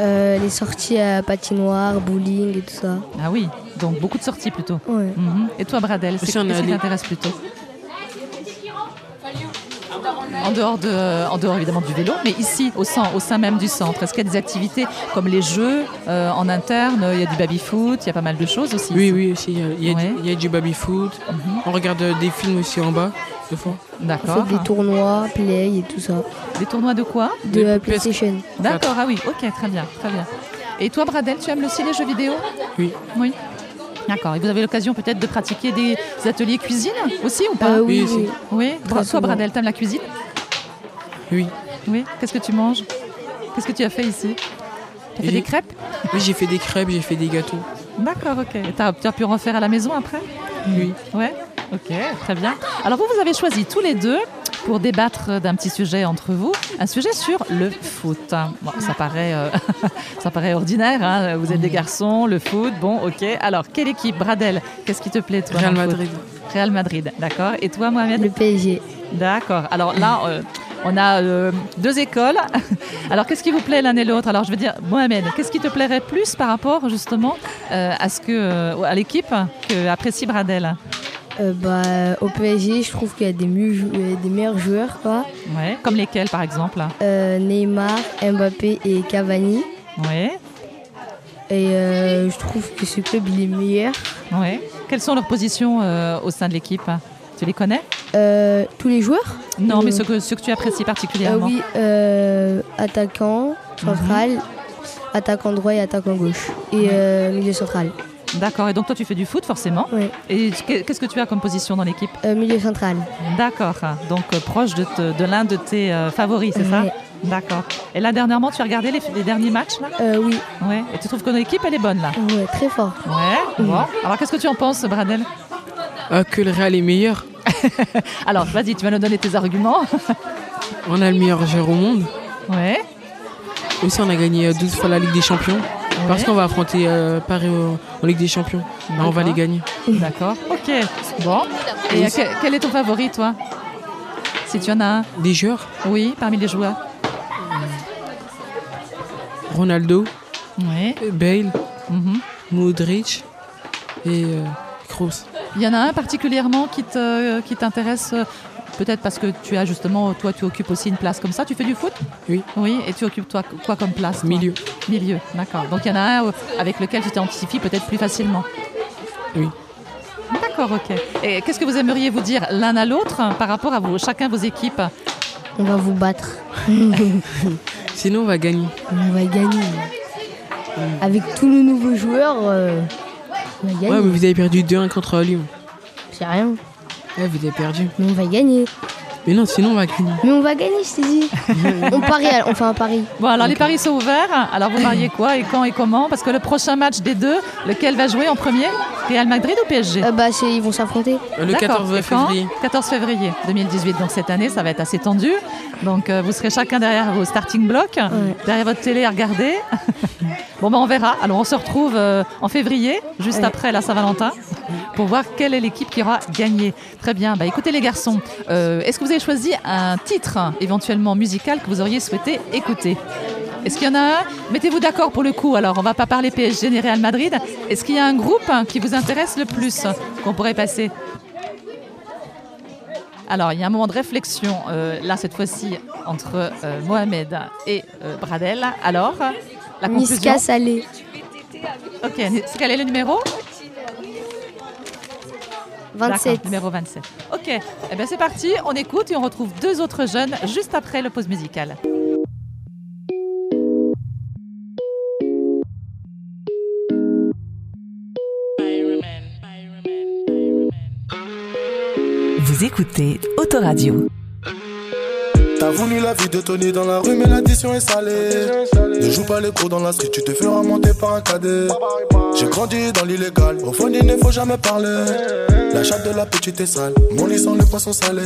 S7: Euh, les sorties à patinoire, bowling et tout ça.
S3: Ah oui, donc beaucoup de sorties plutôt.
S7: Ouais.
S3: Mhm. Et toi Bradel, c'est
S10: Aussi, on est
S3: qu'est-ce qui
S10: allé-
S3: t'intéresse plutôt en dehors, de, euh, en dehors évidemment du vélo, mais ici, au sein, au sein même du centre, est-ce qu'il y a des activités comme les jeux euh, en interne Il y a du baby-foot, il y a pas mal de choses aussi.
S10: Oui, oui, aussi. Il y a, il y a
S3: Ouais. Mhm.
S10: du- il y a du baby-foot. On regarde euh, des films aussi en bas, des fois.
S7: On
S3: D'accord.
S7: fait des tournois, play et tout ça.
S3: Ah. Des tournois de quoi
S7: De
S10: Des
S7: la
S10: PS4.
S7: PlayStation.
S3: D'accord, ah oui, ok, très bien, très bien. Et toi, Bradel, tu aimes aussi les jeux vidéo
S10: Oui.
S3: Oui. D'accord. Et vous avez l'occasion peut-être de pratiquer des ateliers cuisine aussi ou pas
S7: Euh, oui,
S10: Oui, c'est-
S7: oui.
S3: Oui.
S7: Très
S3: Bra- Toi,
S7: souvent.
S3: Bradel, t'aimes la cuisine
S10: Oui.
S3: Oui. Qu'est-ce que tu manges Qu'est-ce que tu as fait ici T'as fait
S10: J'ai-
S3: des crêpes
S10: Oui, j'ai fait des crêpes, j'ai fait des gâteaux.
S3: D'accord, ok. Et t'as- tu as pu en faire à la maison après
S10: Oui.
S3: Ouais. Ok, très bien. Alors vous, vous avez choisi tous les deux pour débattre d'un petit sujet entre vous, un sujet sur le foot. Bon, ça, paraît, euh, ça paraît ordinaire, hein. vous êtes des garçons, le foot, bon, ok. Alors, quelle équipe Bradel, qu'est-ce qui te plaît, toi
S10: Real
S3: dans le foot
S10: Madrid.
S3: Real Madrid, d'accord. Et toi, Mohamed Le PSG. D'accord. Alors là, euh, on a euh, deux écoles. Alors, qu'est-ce qui vous plaît l'un et l'autre Alors, je veux dire, Mohamed, qu'est-ce qui te plairait plus par rapport justement euh, à ce que euh, à l'équipe que apprécie Bradel
S11: Euh, bah, au PSG, je trouve qu'il y a des, mieux jou- euh, des meilleurs joueurs, quoi.
S3: Ouais. Comme lesquels, par exemple
S11: Euh, Neymar, Mbappé et Cavani.
S3: Ouais.
S11: Et euh, je trouve que ce club, il est meilleur.
S3: Ouais. Quelles sont leurs positions euh, au sein de l'équipe Tu les connais
S11: Euh, tous les joueurs
S3: Non, mais
S11: Euh,
S3: ceux que, ceux que tu apprécies
S11: euh,
S3: particulièrement.
S11: Oui, euh, attaquant, central,
S10: Mhm.
S11: attaquant droit et attaquant gauche. Et euh, milieu central.
S3: D'accord. Et donc toi, tu fais du foot forcément. Et qu- qu'est-ce que tu as comme position dans l'équipe
S11: Euh, Milieu central.
S3: D'accord. Donc euh, proche de, te- de l'un de tes euh, favoris, c'est ça D'accord. Et là, dernièrement, tu as regardé les, les derniers matchs là
S11: Euh, Oui.
S3: Ouais. Et tu trouves que notre équipe, elle est bonne là
S11: Ouais, très fort.
S3: Ouais. Bon. Alors, qu'est-ce que tu en penses, Bradel
S10: Ah, que le Real est meilleur.
S3: Alors, vas-y, tu vas nous donner tes arguments.
S10: on a le meilleur joueur au monde.
S3: Ouais.
S10: Aussi, on a gagné euh, 12 fois la Ligue des Champions. Parce qu'on va affronter euh, Paris au- en Ligue des Champions. Là, on va
S3: D'accord.
S10: les gagner.
S3: D'accord. Ok. Bon. Et euh, que- quel est ton favori, toi Si tu en as un.
S10: Des joueurs
S3: Oui, parmi les joueurs.
S10: Ronaldo, euh,
S3: Ouais.
S10: Bale,
S3: Mhm.
S10: Modric et euh, Kroos.
S3: Il y en a un particulièrement qui te- qui t'intéresse euh, Peut-être parce que tu as justement, toi, tu occupes aussi une place comme ça. Tu fais du foot
S10: Oui.
S3: Oui, et tu occupes toi, quoi comme place toi
S10: Milieu.
S3: Milieu, d'accord. Donc il y en a un euh, avec lequel tu t'identifies peut-être plus facilement.
S10: Ah Oui.
S3: D'accord, ok. Et qu'est-ce que vous aimeriez vous dire l'un à l'autre hein, par rapport à vous, chacun vos équipes
S11: On va vous battre.
S10: Sinon, on va gagner.
S11: On va gagner. Avec tous nos nouveaux joueurs, euh, on va
S10: Ouais,
S11: gagner.
S10: mais vous avez perdu 2-1 contre Lyon.
S11: C'est rien.
S10: Ouais, vous avez perdu.
S11: Mais on va gagner.
S10: Mais non, sinon, on va gagner.
S11: Mais on va gagner, je t'ai dit. on parie, alors, on fait un pari.
S3: Bon, alors
S11: euh,
S3: les paris sont ouverts. Alors vous mariez quoi et quand et comment Parce que le prochain match des deux, lequel va jouer en premier Real Madrid ou PSG
S11: Bah, c'est- ils vont s'affronter.
S10: Le
S3: D'accord.
S10: 14
S3: Et quand
S10: février.
S3: 14 février 2018. Donc cette année, ça va être assez tendu. Donc euh, vous serez chacun derrière vos starting blocks, derrière votre télé à regarder. bon, ben on verra. Alors on se retrouve euh, en février, juste après la Saint-Valentin, pour voir quelle est l'équipe qui aura gagné. Très bien. Bah, écoutez les garçons, euh, est-ce que vous avez choisi un titre hein, éventuellement musical que vous auriez souhaité écouter est-ce qu'il y en a un Mettez-vous d'accord pour le coup. Alors, on va pas parler PSG ni Real Madrid. Est-ce qu'il y a un groupe hein, qui vous intéresse le plus hein, qu'on pourrait passer alors, il y a un moment de réflexion, euh, là, cette fois-ci, entre euh, Mohamed et euh, Bradel. Alors, euh, la conclusion
S11: Niska Salé.
S3: Ok, c'est quel est le numéro
S11: 27.
S3: D'accord, Numéro 27. Ok, eh bien, c'est parti, on écoute et on retrouve deux autres jeunes juste après le pause musicale.
S12: Vous écoutez Autoradio.
S13: T'as voulu la vie de Tony dans la rue, mais l'addition est salée. Ne joue pas les gros dans la street, tu te feras monter par un cadet. J'ai grandi dans l'illégal, au fond il ne faut jamais parler. La chatte de la petite est sale, mon lit sent le poisson salé.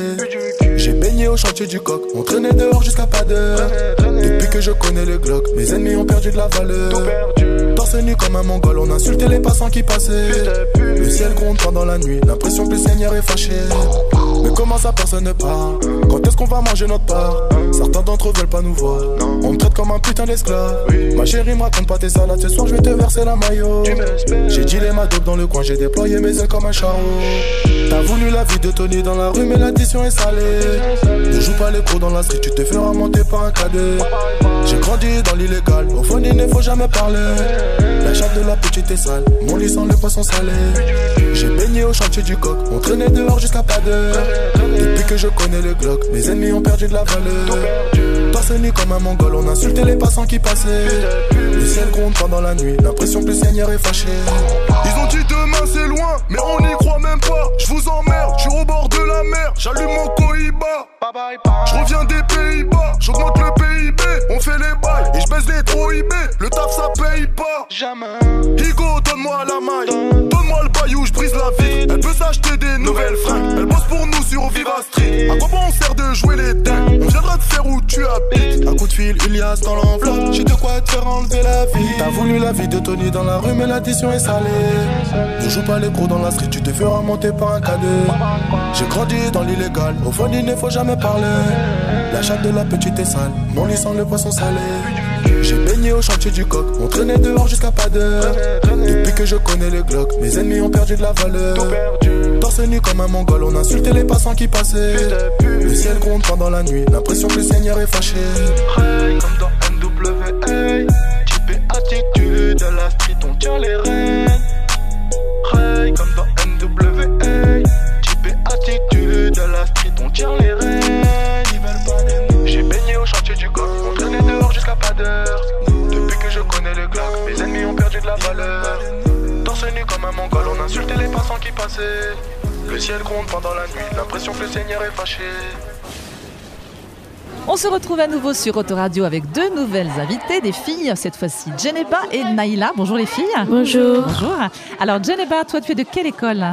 S13: J'ai baigné au chantier du coq, on traînait dehors jusqu'à pas d'heure. Depuis que je connais le Glock, mes ennemis ont perdu de la valeur. Torse nu comme un mongol, on insultait les passants qui passaient. Le ciel gronde pendant la nuit, l'impression que le Seigneur est fâché. Mais comment ça personne ne parle Quand est-ce qu'on va manger notre part Certains d'entre eux veulent pas nous voir. On me traite comme un putain d'esclave. Ma chérie, me raconte pas tes salades, ce soir je vais te verser la maillot. J'ai dit les madopes dans le coin, j'ai déployé mes ailes comme un charreau. T'as voulu la vie de Tony dans la rue, mais l'addition est salée. Ne joue pas les pros dans la street, tu te feras monter par un cadet. J'ai grandi dans l'illégal, au fond il ne faut jamais parler. La chatte de la petite est sale, mon lit sent le poisson salé. J'ai baigné au chantier du coq, on traînait dehors jusqu'à pas d'heure. Depuis que je connais le Glock, mes ennemis ont perdu de la valeur. Torse nu comme un mongol, on insultait les passants qui passaient. Le ciel gronde pendant la nuit, l'impression que le Seigneur est fâché.
S14: Ils ont dit demain c'est loin, mais on n'y croit même pas. Je vous emmerde, je suis au bord de la mer, j'allume mon cohiba. Je reviens des Pays-Bas, j'augmente le PIB, on fait les bails et je baisse les trop IB. Le taf ça paye pas. Jamais. Higo, donne-moi la maille, donne-moi le bail où je brise la vie. Elle peut s'acheter des nouvelles fringues, elle bosse pour nous sur Viva Street. À quoi bon on sert de jouer
S13: liasses dans l'enveloppe. J'ai de quoi te faire enlever la vie. T'as voulu la vie de Tony dans la rue, mais l'addition est salée. Ne joue pas les gros dans la street, tu te feras monter par un cadet. J'ai grandi dans l'illégal, au fond il ne faut jamais parler. La chatte de la petite est sale, mon lit sent le poisson salé. J'ai baigné au chantier du coq, on traînait dehors jusqu'à pas d'heure. Depuis que je connais le Glock, mes ennemis ont perdu de la valeur. Torse nu comme un mongol, on insultait les passants qui passaient. Le ciel gronde pendant la nuit, l'impression que le Seigneur est fâché.
S15: attitude à la street, on tient les rênes. Ray comme dans NWA. Type et attitude à la street, on tient les rênes. J'ai baigné au chantier du coq, on traînait dehors jusqu'à pas d'heure. Depuis que je connais le Glock, mes ennemis ont perdu de la valeur. Torse nu comme un mongol, on insultait les passants qui passaient. Le ciel gronde pendant la nuit, l'impression que le Seigneur est fâché.
S3: On se retrouve à nouveau sur Autoradio avec deux nouvelles invitées, des filles, cette fois-ci Geneba et Naïla. Bonjour les filles.
S16: Bonjour.
S3: Bonjour. Alors Geneba, toi tu es de quelle école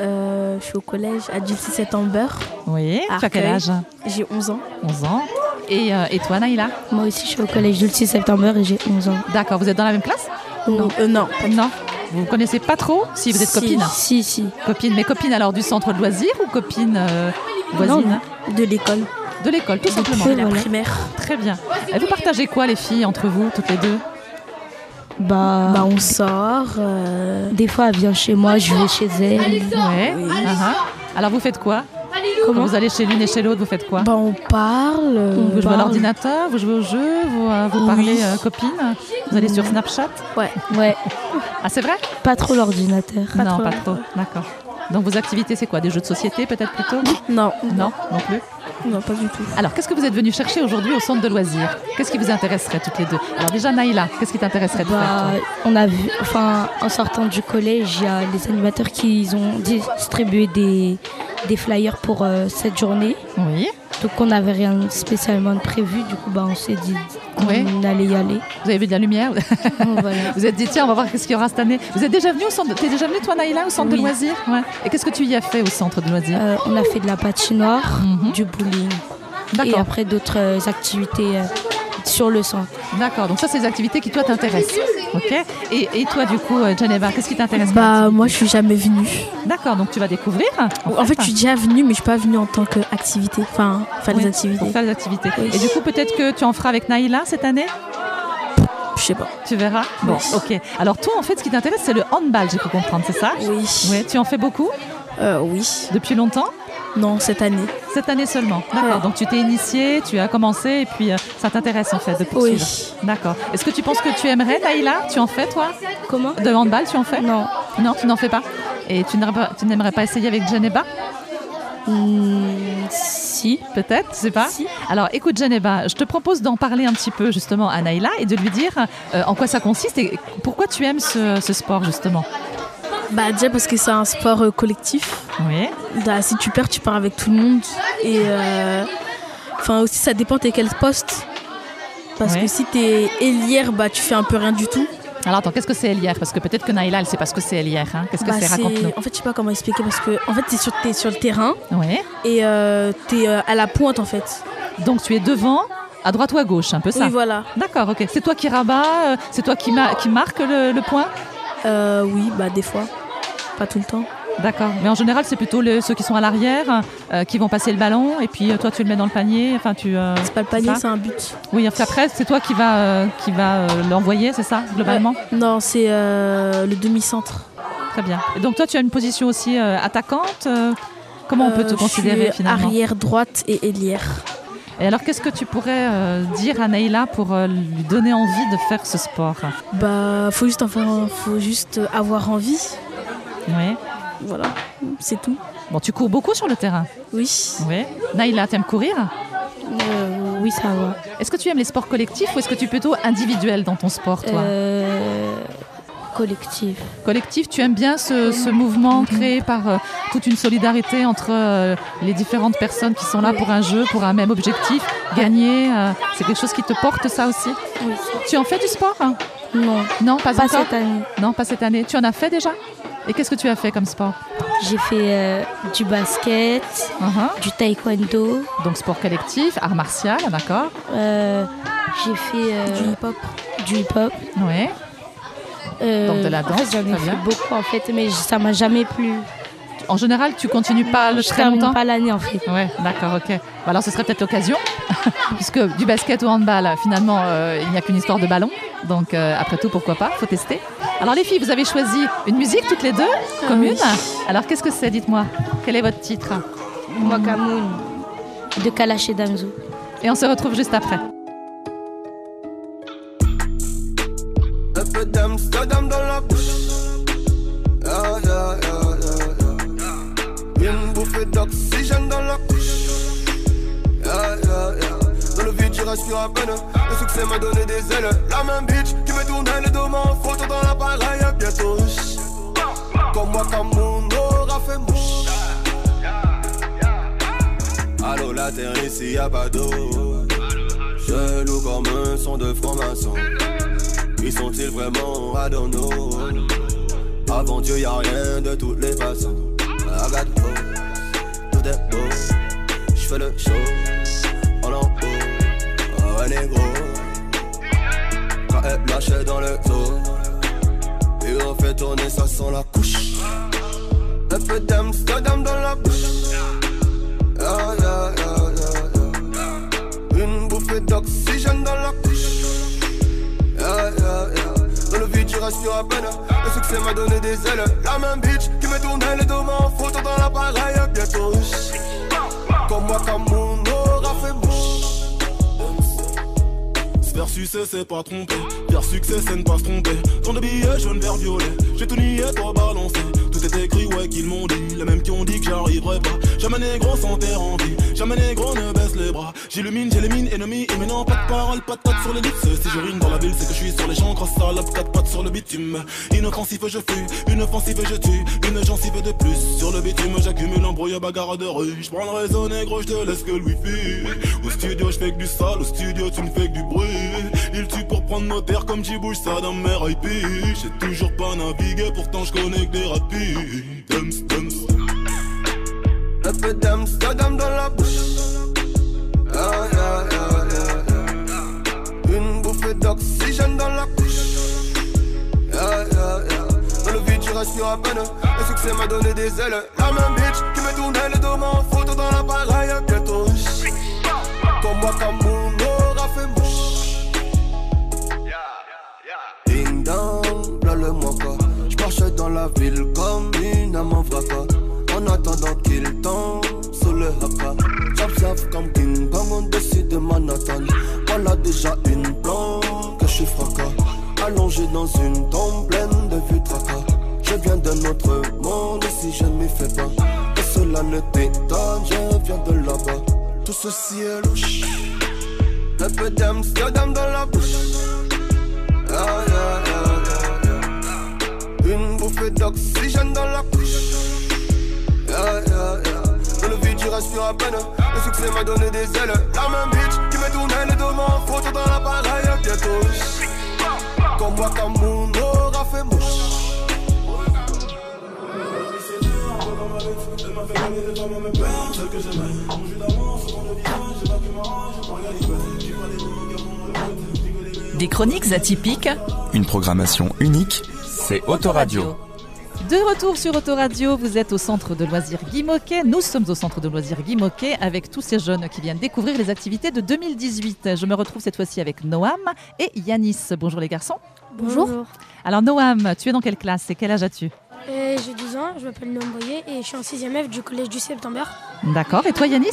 S16: Euh, je suis au collège à Dulcie September.
S3: Oui, tu as quel âge
S16: J'ai 11 ans.
S3: 11 ans. Et, euh, et toi Naïla
S16: Moi aussi, je suis au collège Dulcie September et j'ai 11 ans.
S3: D'accord, vous êtes dans la même classe
S16: Non. Euh, non.
S3: Non. Vous ne connaissez pas trop si vous êtes
S16: Si,
S3: copines
S16: Si, si.
S3: Copines, mais copines alors du centre de loisirs ou copines euh, voisines
S16: De l'école.
S3: De l'école, tout simplement.
S16: la primaire.
S3: Très bien. Et vous partagez quoi les filles entre vous, toutes les deux
S16: Bah, on sort.
S8: euh,
S16: Des fois, elle vient chez moi, je vais chez elle.
S3: Ouais. Ah, ah. Alors vous faites quoi Comment vous allez chez l'une et chez l'autre, vous faites quoi
S16: Bah, on parle.
S3: Vous
S16: on
S3: jouez à
S16: parle.
S3: l'ordinateur, vous jouez au jeu, vous, euh, vous
S16: Oui.
S3: parlez euh, copines, vous allez sur Snapchat
S16: Ouais. Ouais.
S3: Ah, c'est vrai
S16: Pas trop l'ordinateur.
S3: Non, pas trop. D'accord. Donc vos activités, c'est quoi Des jeux de société peut-être plutôt
S16: Non.
S3: Non, non plus
S16: Non, pas du tout.
S3: Alors, qu'est-ce que vous êtes venus chercher aujourd'hui au centre de loisirs Qu'est-ce qui vous intéresserait toutes les deux Alors déjà, Naïla, qu'est-ce qui t'intéresserait de faire
S16: Bah,
S3: toi
S16: on a vu, enfin, en sortant du collège, il y a les animateurs qui ils ont distribué des, des flyers pour euh, cette journée.
S3: Oui.
S16: Donc on n'avait rien spécialement de prévu, du coup bah, on s'est dit qu'on
S3: Ouais.
S16: allait y aller.
S3: Vous avez vu de la lumière Vous êtes dit, tiens, on va voir qu'est-ce qu'il y aura cette année. Vous êtes déjà venu au centre de... T'es déjà venu, toi, Naïla, au centre de
S16: Oui.
S3: loisirs ouais. Et qu'est-ce que tu y as fait au centre de loisirs
S16: Euh, on a fait de la patinoire, du bowling et
S3: Mhm. D'accord.
S16: après d'autres euh, activités euh, sur le centre.
S3: D'accord, donc ça, c'est les activités qui, toi, t'intéressent. Ok et, et toi, du coup, euh, Geneva, qu'est-ce qui t'intéresse
S8: Bah moi je suis jamais venue.
S3: D'accord, donc tu vas découvrir.
S8: En fait je suis déjà venue mais je suis pas venue en tant qu'activité, enfin faire des
S3: Oui,
S8: activités.
S3: Pour faire des activités.
S8: Oui.
S3: Et du coup, peut-être que tu en feras avec Naïla cette année
S8: Je sais pas.
S3: Tu verras Bon,
S8: Oui.
S3: ok. Alors, toi, en fait, ce qui t'intéresse, c'est le handball, j'ai pu comprendre, c'est ça
S8: Oui. Euh,
S3: Ouais, tu en fais beaucoup
S8: Oui.
S3: Depuis longtemps
S8: Non, cette année.
S3: Cette année seulement. D'accord. Donc tu t'es initié, tu as commencé et puis euh, ça t'intéresse en fait de poursuivre.
S8: Oui.
S3: D'accord. Est-ce que tu penses que tu aimerais, Naïla Tu en fais toi
S16: Comment
S3: De handball, tu en fais
S16: Non.
S3: Non, tu n'en fais pas. Et tu n'aimerais pas, tu n'aimerais pas essayer avec Geneba
S16: hmm, si.
S3: Peut-être, je sais pas. Alors écoute Geneba, je te propose d'en parler un petit peu justement à Naïla et de lui dire euh, en quoi ça consiste et pourquoi tu aimes ce, ce sport justement.
S8: Bah déjà parce que c'est un sport euh, collectif.
S3: Oui.
S8: Bah, si tu perds, tu pars avec tout le monde. Et euh, enfin aussi ça dépend t'es quel poste. Parce que si t'es ailière, bah tu fais un peu rien du tout.
S3: Alors attends, qu'est-ce que c'est Elière Parce que peut-être que Naïla, elle sait pas ce que c'est Elière. hein. Qu'est-ce que
S8: Bah,
S3: c'est Raconte-nous.
S8: En fait, je sais pas comment expliquer parce que en fait, t'es sur, t'es sur le terrain
S3: Ouais.
S8: et euh, t'es euh, à la pointe en fait.
S3: Donc tu es devant, à droite ou à gauche, un peu ça
S8: Oui, voilà.
S3: D'accord, ok. C'est toi qui rabats, euh, c'est toi qui, ma- qui marque le, le point
S8: euh, Oui, bah des fois. Pas tout le temps.
S3: D'accord, mais en général c'est plutôt les- ceux qui sont à l'arrière euh, qui vont passer le ballon et puis euh, toi tu le mets dans le panier. Enfin, tu. euh, C'est
S8: pas le panier, c'est un but.
S3: Oui, enfin, après c'est toi qui va euh, qui va euh, l'envoyer, c'est ça globalement.
S8: Ouais. Non, c'est euh, le demi-centre.
S3: Très bien. Et donc toi tu as une position aussi euh, attaquante. euh, comment on peut
S8: Euh,
S3: te considérer
S8: je suis
S3: finalement
S8: Arrière droite et ailière.
S3: Et alors qu'est-ce que tu pourrais euh, dire à Naïla pour euh, lui donner envie de faire ce sport
S8: Bah, faut juste en faire, un- faut juste avoir envie.
S3: Oui.
S8: Voilà, c'est tout.
S3: Bon, tu cours beaucoup sur le terrain
S8: Oui.
S3: Oui. Naïla, t'aimes courir
S16: Euh, Oui, ça va.
S3: Est-ce que tu aimes les sports collectifs ou est-ce que tu es plutôt individuel dans ton sport, toi
S16: Euh, collectif.
S3: Collectif, tu aimes bien ce, ce mouvement créé par euh, toute une solidarité entre euh, les différentes personnes qui sont là pour un jeu, pour un même objectif, gagner. euh, c'est quelque chose qui te porte, ça aussi
S16: Oui.
S3: Tu en fais du sport hein
S16: Non.
S3: Non, pas,
S16: Pas
S3: encore
S16: cette année.
S3: Non, pas cette année. Tu en as fait déjà Et qu'est-ce que tu as fait comme sport
S16: J'ai fait euh, du basket,
S3: Uh-huh.
S16: du taekwondo.
S3: Donc sport collectif, art martial, d'accord
S16: Euh,
S17: J'ai fait euh,
S18: Du hip-hop.
S17: Du hip-hop.
S3: Ouais.
S16: Euh,
S3: Donc de la danse,
S17: J'en ai
S3: très
S17: fait
S3: bien.
S17: beaucoup en fait, mais ça m'a jamais plu.
S3: En général, tu continues pas le
S17: Je
S3: très
S17: termine
S3: longtemps
S17: pas l'année en fait.
S3: Ouais, d'accord, ok. Bah alors ce serait peut-être l'occasion, puisque du basket au handball, finalement, euh, il n'y a qu'une histoire de ballon. Donc euh, après tout, pourquoi pas, faut tester. Alors les filles, vous avez choisi une musique toutes les deux, commune. Alors qu'est-ce que c'est, dites-moi Quel est votre titre
S17: Wakamoon de Kalash et Damso.
S3: Et on se retrouve juste après.
S19: Un peu d'Amsterdam dans la bouche. Ah, yeah, yeah, yeah, yeah. Une bouffée d'oxygène dans la couche. Yeah, yeah, yeah. Dans le vide, j'y respire à peine. Le succès m'a donné des ailes. La même bitch qui me tournait les deux mains en photo dans l'appareil. Bientôt riche. Comme moi, comme mon aura fait mouche. Allô, la terre ici, y'a pas d'eau. Je loue comme un son de franc-maçon. Ils sont-ils vraiment Adono Avant Ah, Dieu, y'a rien de toutes les façons. Regarde, oh, tout est beau. J'fais le show, en en haut, René Gros. Quand elle lâchait dans le dos, et on fait tourner, ça sent la couche. Un peu d'Amsterdam dans la bouche. Ah, yeah, yeah, yeah, yeah. Une bouffée d'oxygène dans la couche. Yeah, yeah, yeah. Dans le vide, j'y respire à peine. Le succès m'a donné des ailes. La même bitch qui me tournait les deux mains en photo dans l'appareil. Bientôt riche. Comme moi, comme mon aura fait mouche.
S20: Se faire sucer, c'est pas tromper. Faire succès, c'est ne pas se tromper. Tant de billets, jaune, vert, violet. J'ai tout nié, toi balancé. Tout est écrit, ouais, qu'ils m'ont dit. Les mêmes qui ont dit que j'arriverai pas. Jamais négro sans terre en vie. Jamais négro ne baisse les bras. J'illumine, j'élimine, ennemi. Et maintenant, pas de parole, pas de patte sur les lips. Si je rime dans la ville, c'est que je suis sur les gens. Grosse salope, quatre pattes sur le bitume. Inoffensif, je fuis. Une offensive, je tue. Une gencive de plus. Sur le bitume, j'accumule embrouille, bagarre de rue. Je prends le réseau négro, je te laisse que le wifi. Au studio, je fais que du sale. Au studio, tu ne fais que du bruit. Il tue pour prendre nos terres comme j'y bouge ça dans mes IP. J'ai toujours pas navigué, pourtant je connais que des rapides. Dumps, dumps.
S19: Un peu d'Amsterdam dans la bouche. Ah, yeah, yeah, yeah, yeah. Une bouffée d'oxygène dans la couche. Yeah, yeah, yeah. Dans le vide, j'y respire à peine. Le succès m'a donné des ailes. La même bitch qui me tournait les deux mains en photo dans l'appareil. Bientôt riche. Comme moi, comme mon aura fait mouche. Ding dong, bla le moi quoi. J'marche dans la ville comme une âme en vrac. quoi. En attendant qu'il tombe sous le haka. J'observe comme King Kong au-dessus de Manhattan. Voilà déjà une planque que je suis fracas. Allongé dans une tombe pleine de vues tracas. Je viens d'un autre monde et si je ne m'y fais pas. Que cela ne t'étonne, je viens de là-bas. Tout ceci est louche. Un peu d'Amsterdam dans la bouche. Ah, yeah, yeah, yeah, yeah. Une bouffée d'oxygène dans la couche. Yeah, yeah, yeah. Dans le vide, j'y respire à peine. Le succès m'a donné des ailes. La même bitch qui me tournait les deux mains en photo dans l'appareil. Bientôt, comme moi, comme mon aura fait mouche.
S12: Des chroniques atypiques.
S5: Une programmation unique, c'est Autoradio.
S3: De retour sur Autoradio, vous êtes au centre de loisirs Guy Moquet. Nous sommes au centre de loisirs Guy Moquet avec tous ces jeunes qui viennent découvrir les activités de 2018. Je me retrouve cette fois-ci avec Noam et Yanis. Bonjour les garçons.
S16: Bonjour.
S3: Alors Noam, tu es dans quelle classe et quel âge as-tu
S16: Euh, J'ai 12 ans, je m'appelle Noam Boyer et je suis en 6ème F du collège du Septembre.
S3: D'accord. Et toi Yanis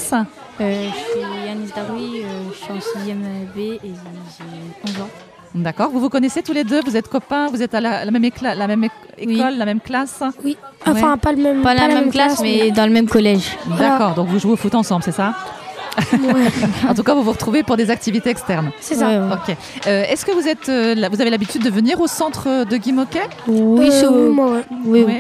S16: je suis Yanis Daroui, je suis en 6ème B et j'ai 11 ans.
S3: D'accord. Vous vous connaissez tous les deux Vous êtes copains Vous êtes à la, la même, écla- la même éc- école, la même classe
S16: Oui. Enfin, pas le même-
S3: Pas
S16: la pas la même même classe, classe, mais mais- dans le même
S3: collège.
S16: Voilà.
S3: D'accord. Donc vous jouez au foot ensemble, c'est ça en tout cas, vous vous retrouvez pour des activités externes.
S16: C'est ça. Ouais, ouais.
S3: Ok. Euh, Est-ce que vous êtes, euh, là- vous avez l'habitude de venir au centre de Guimauquet
S16: Oui, Euh, souvent, ouais. oui, oui.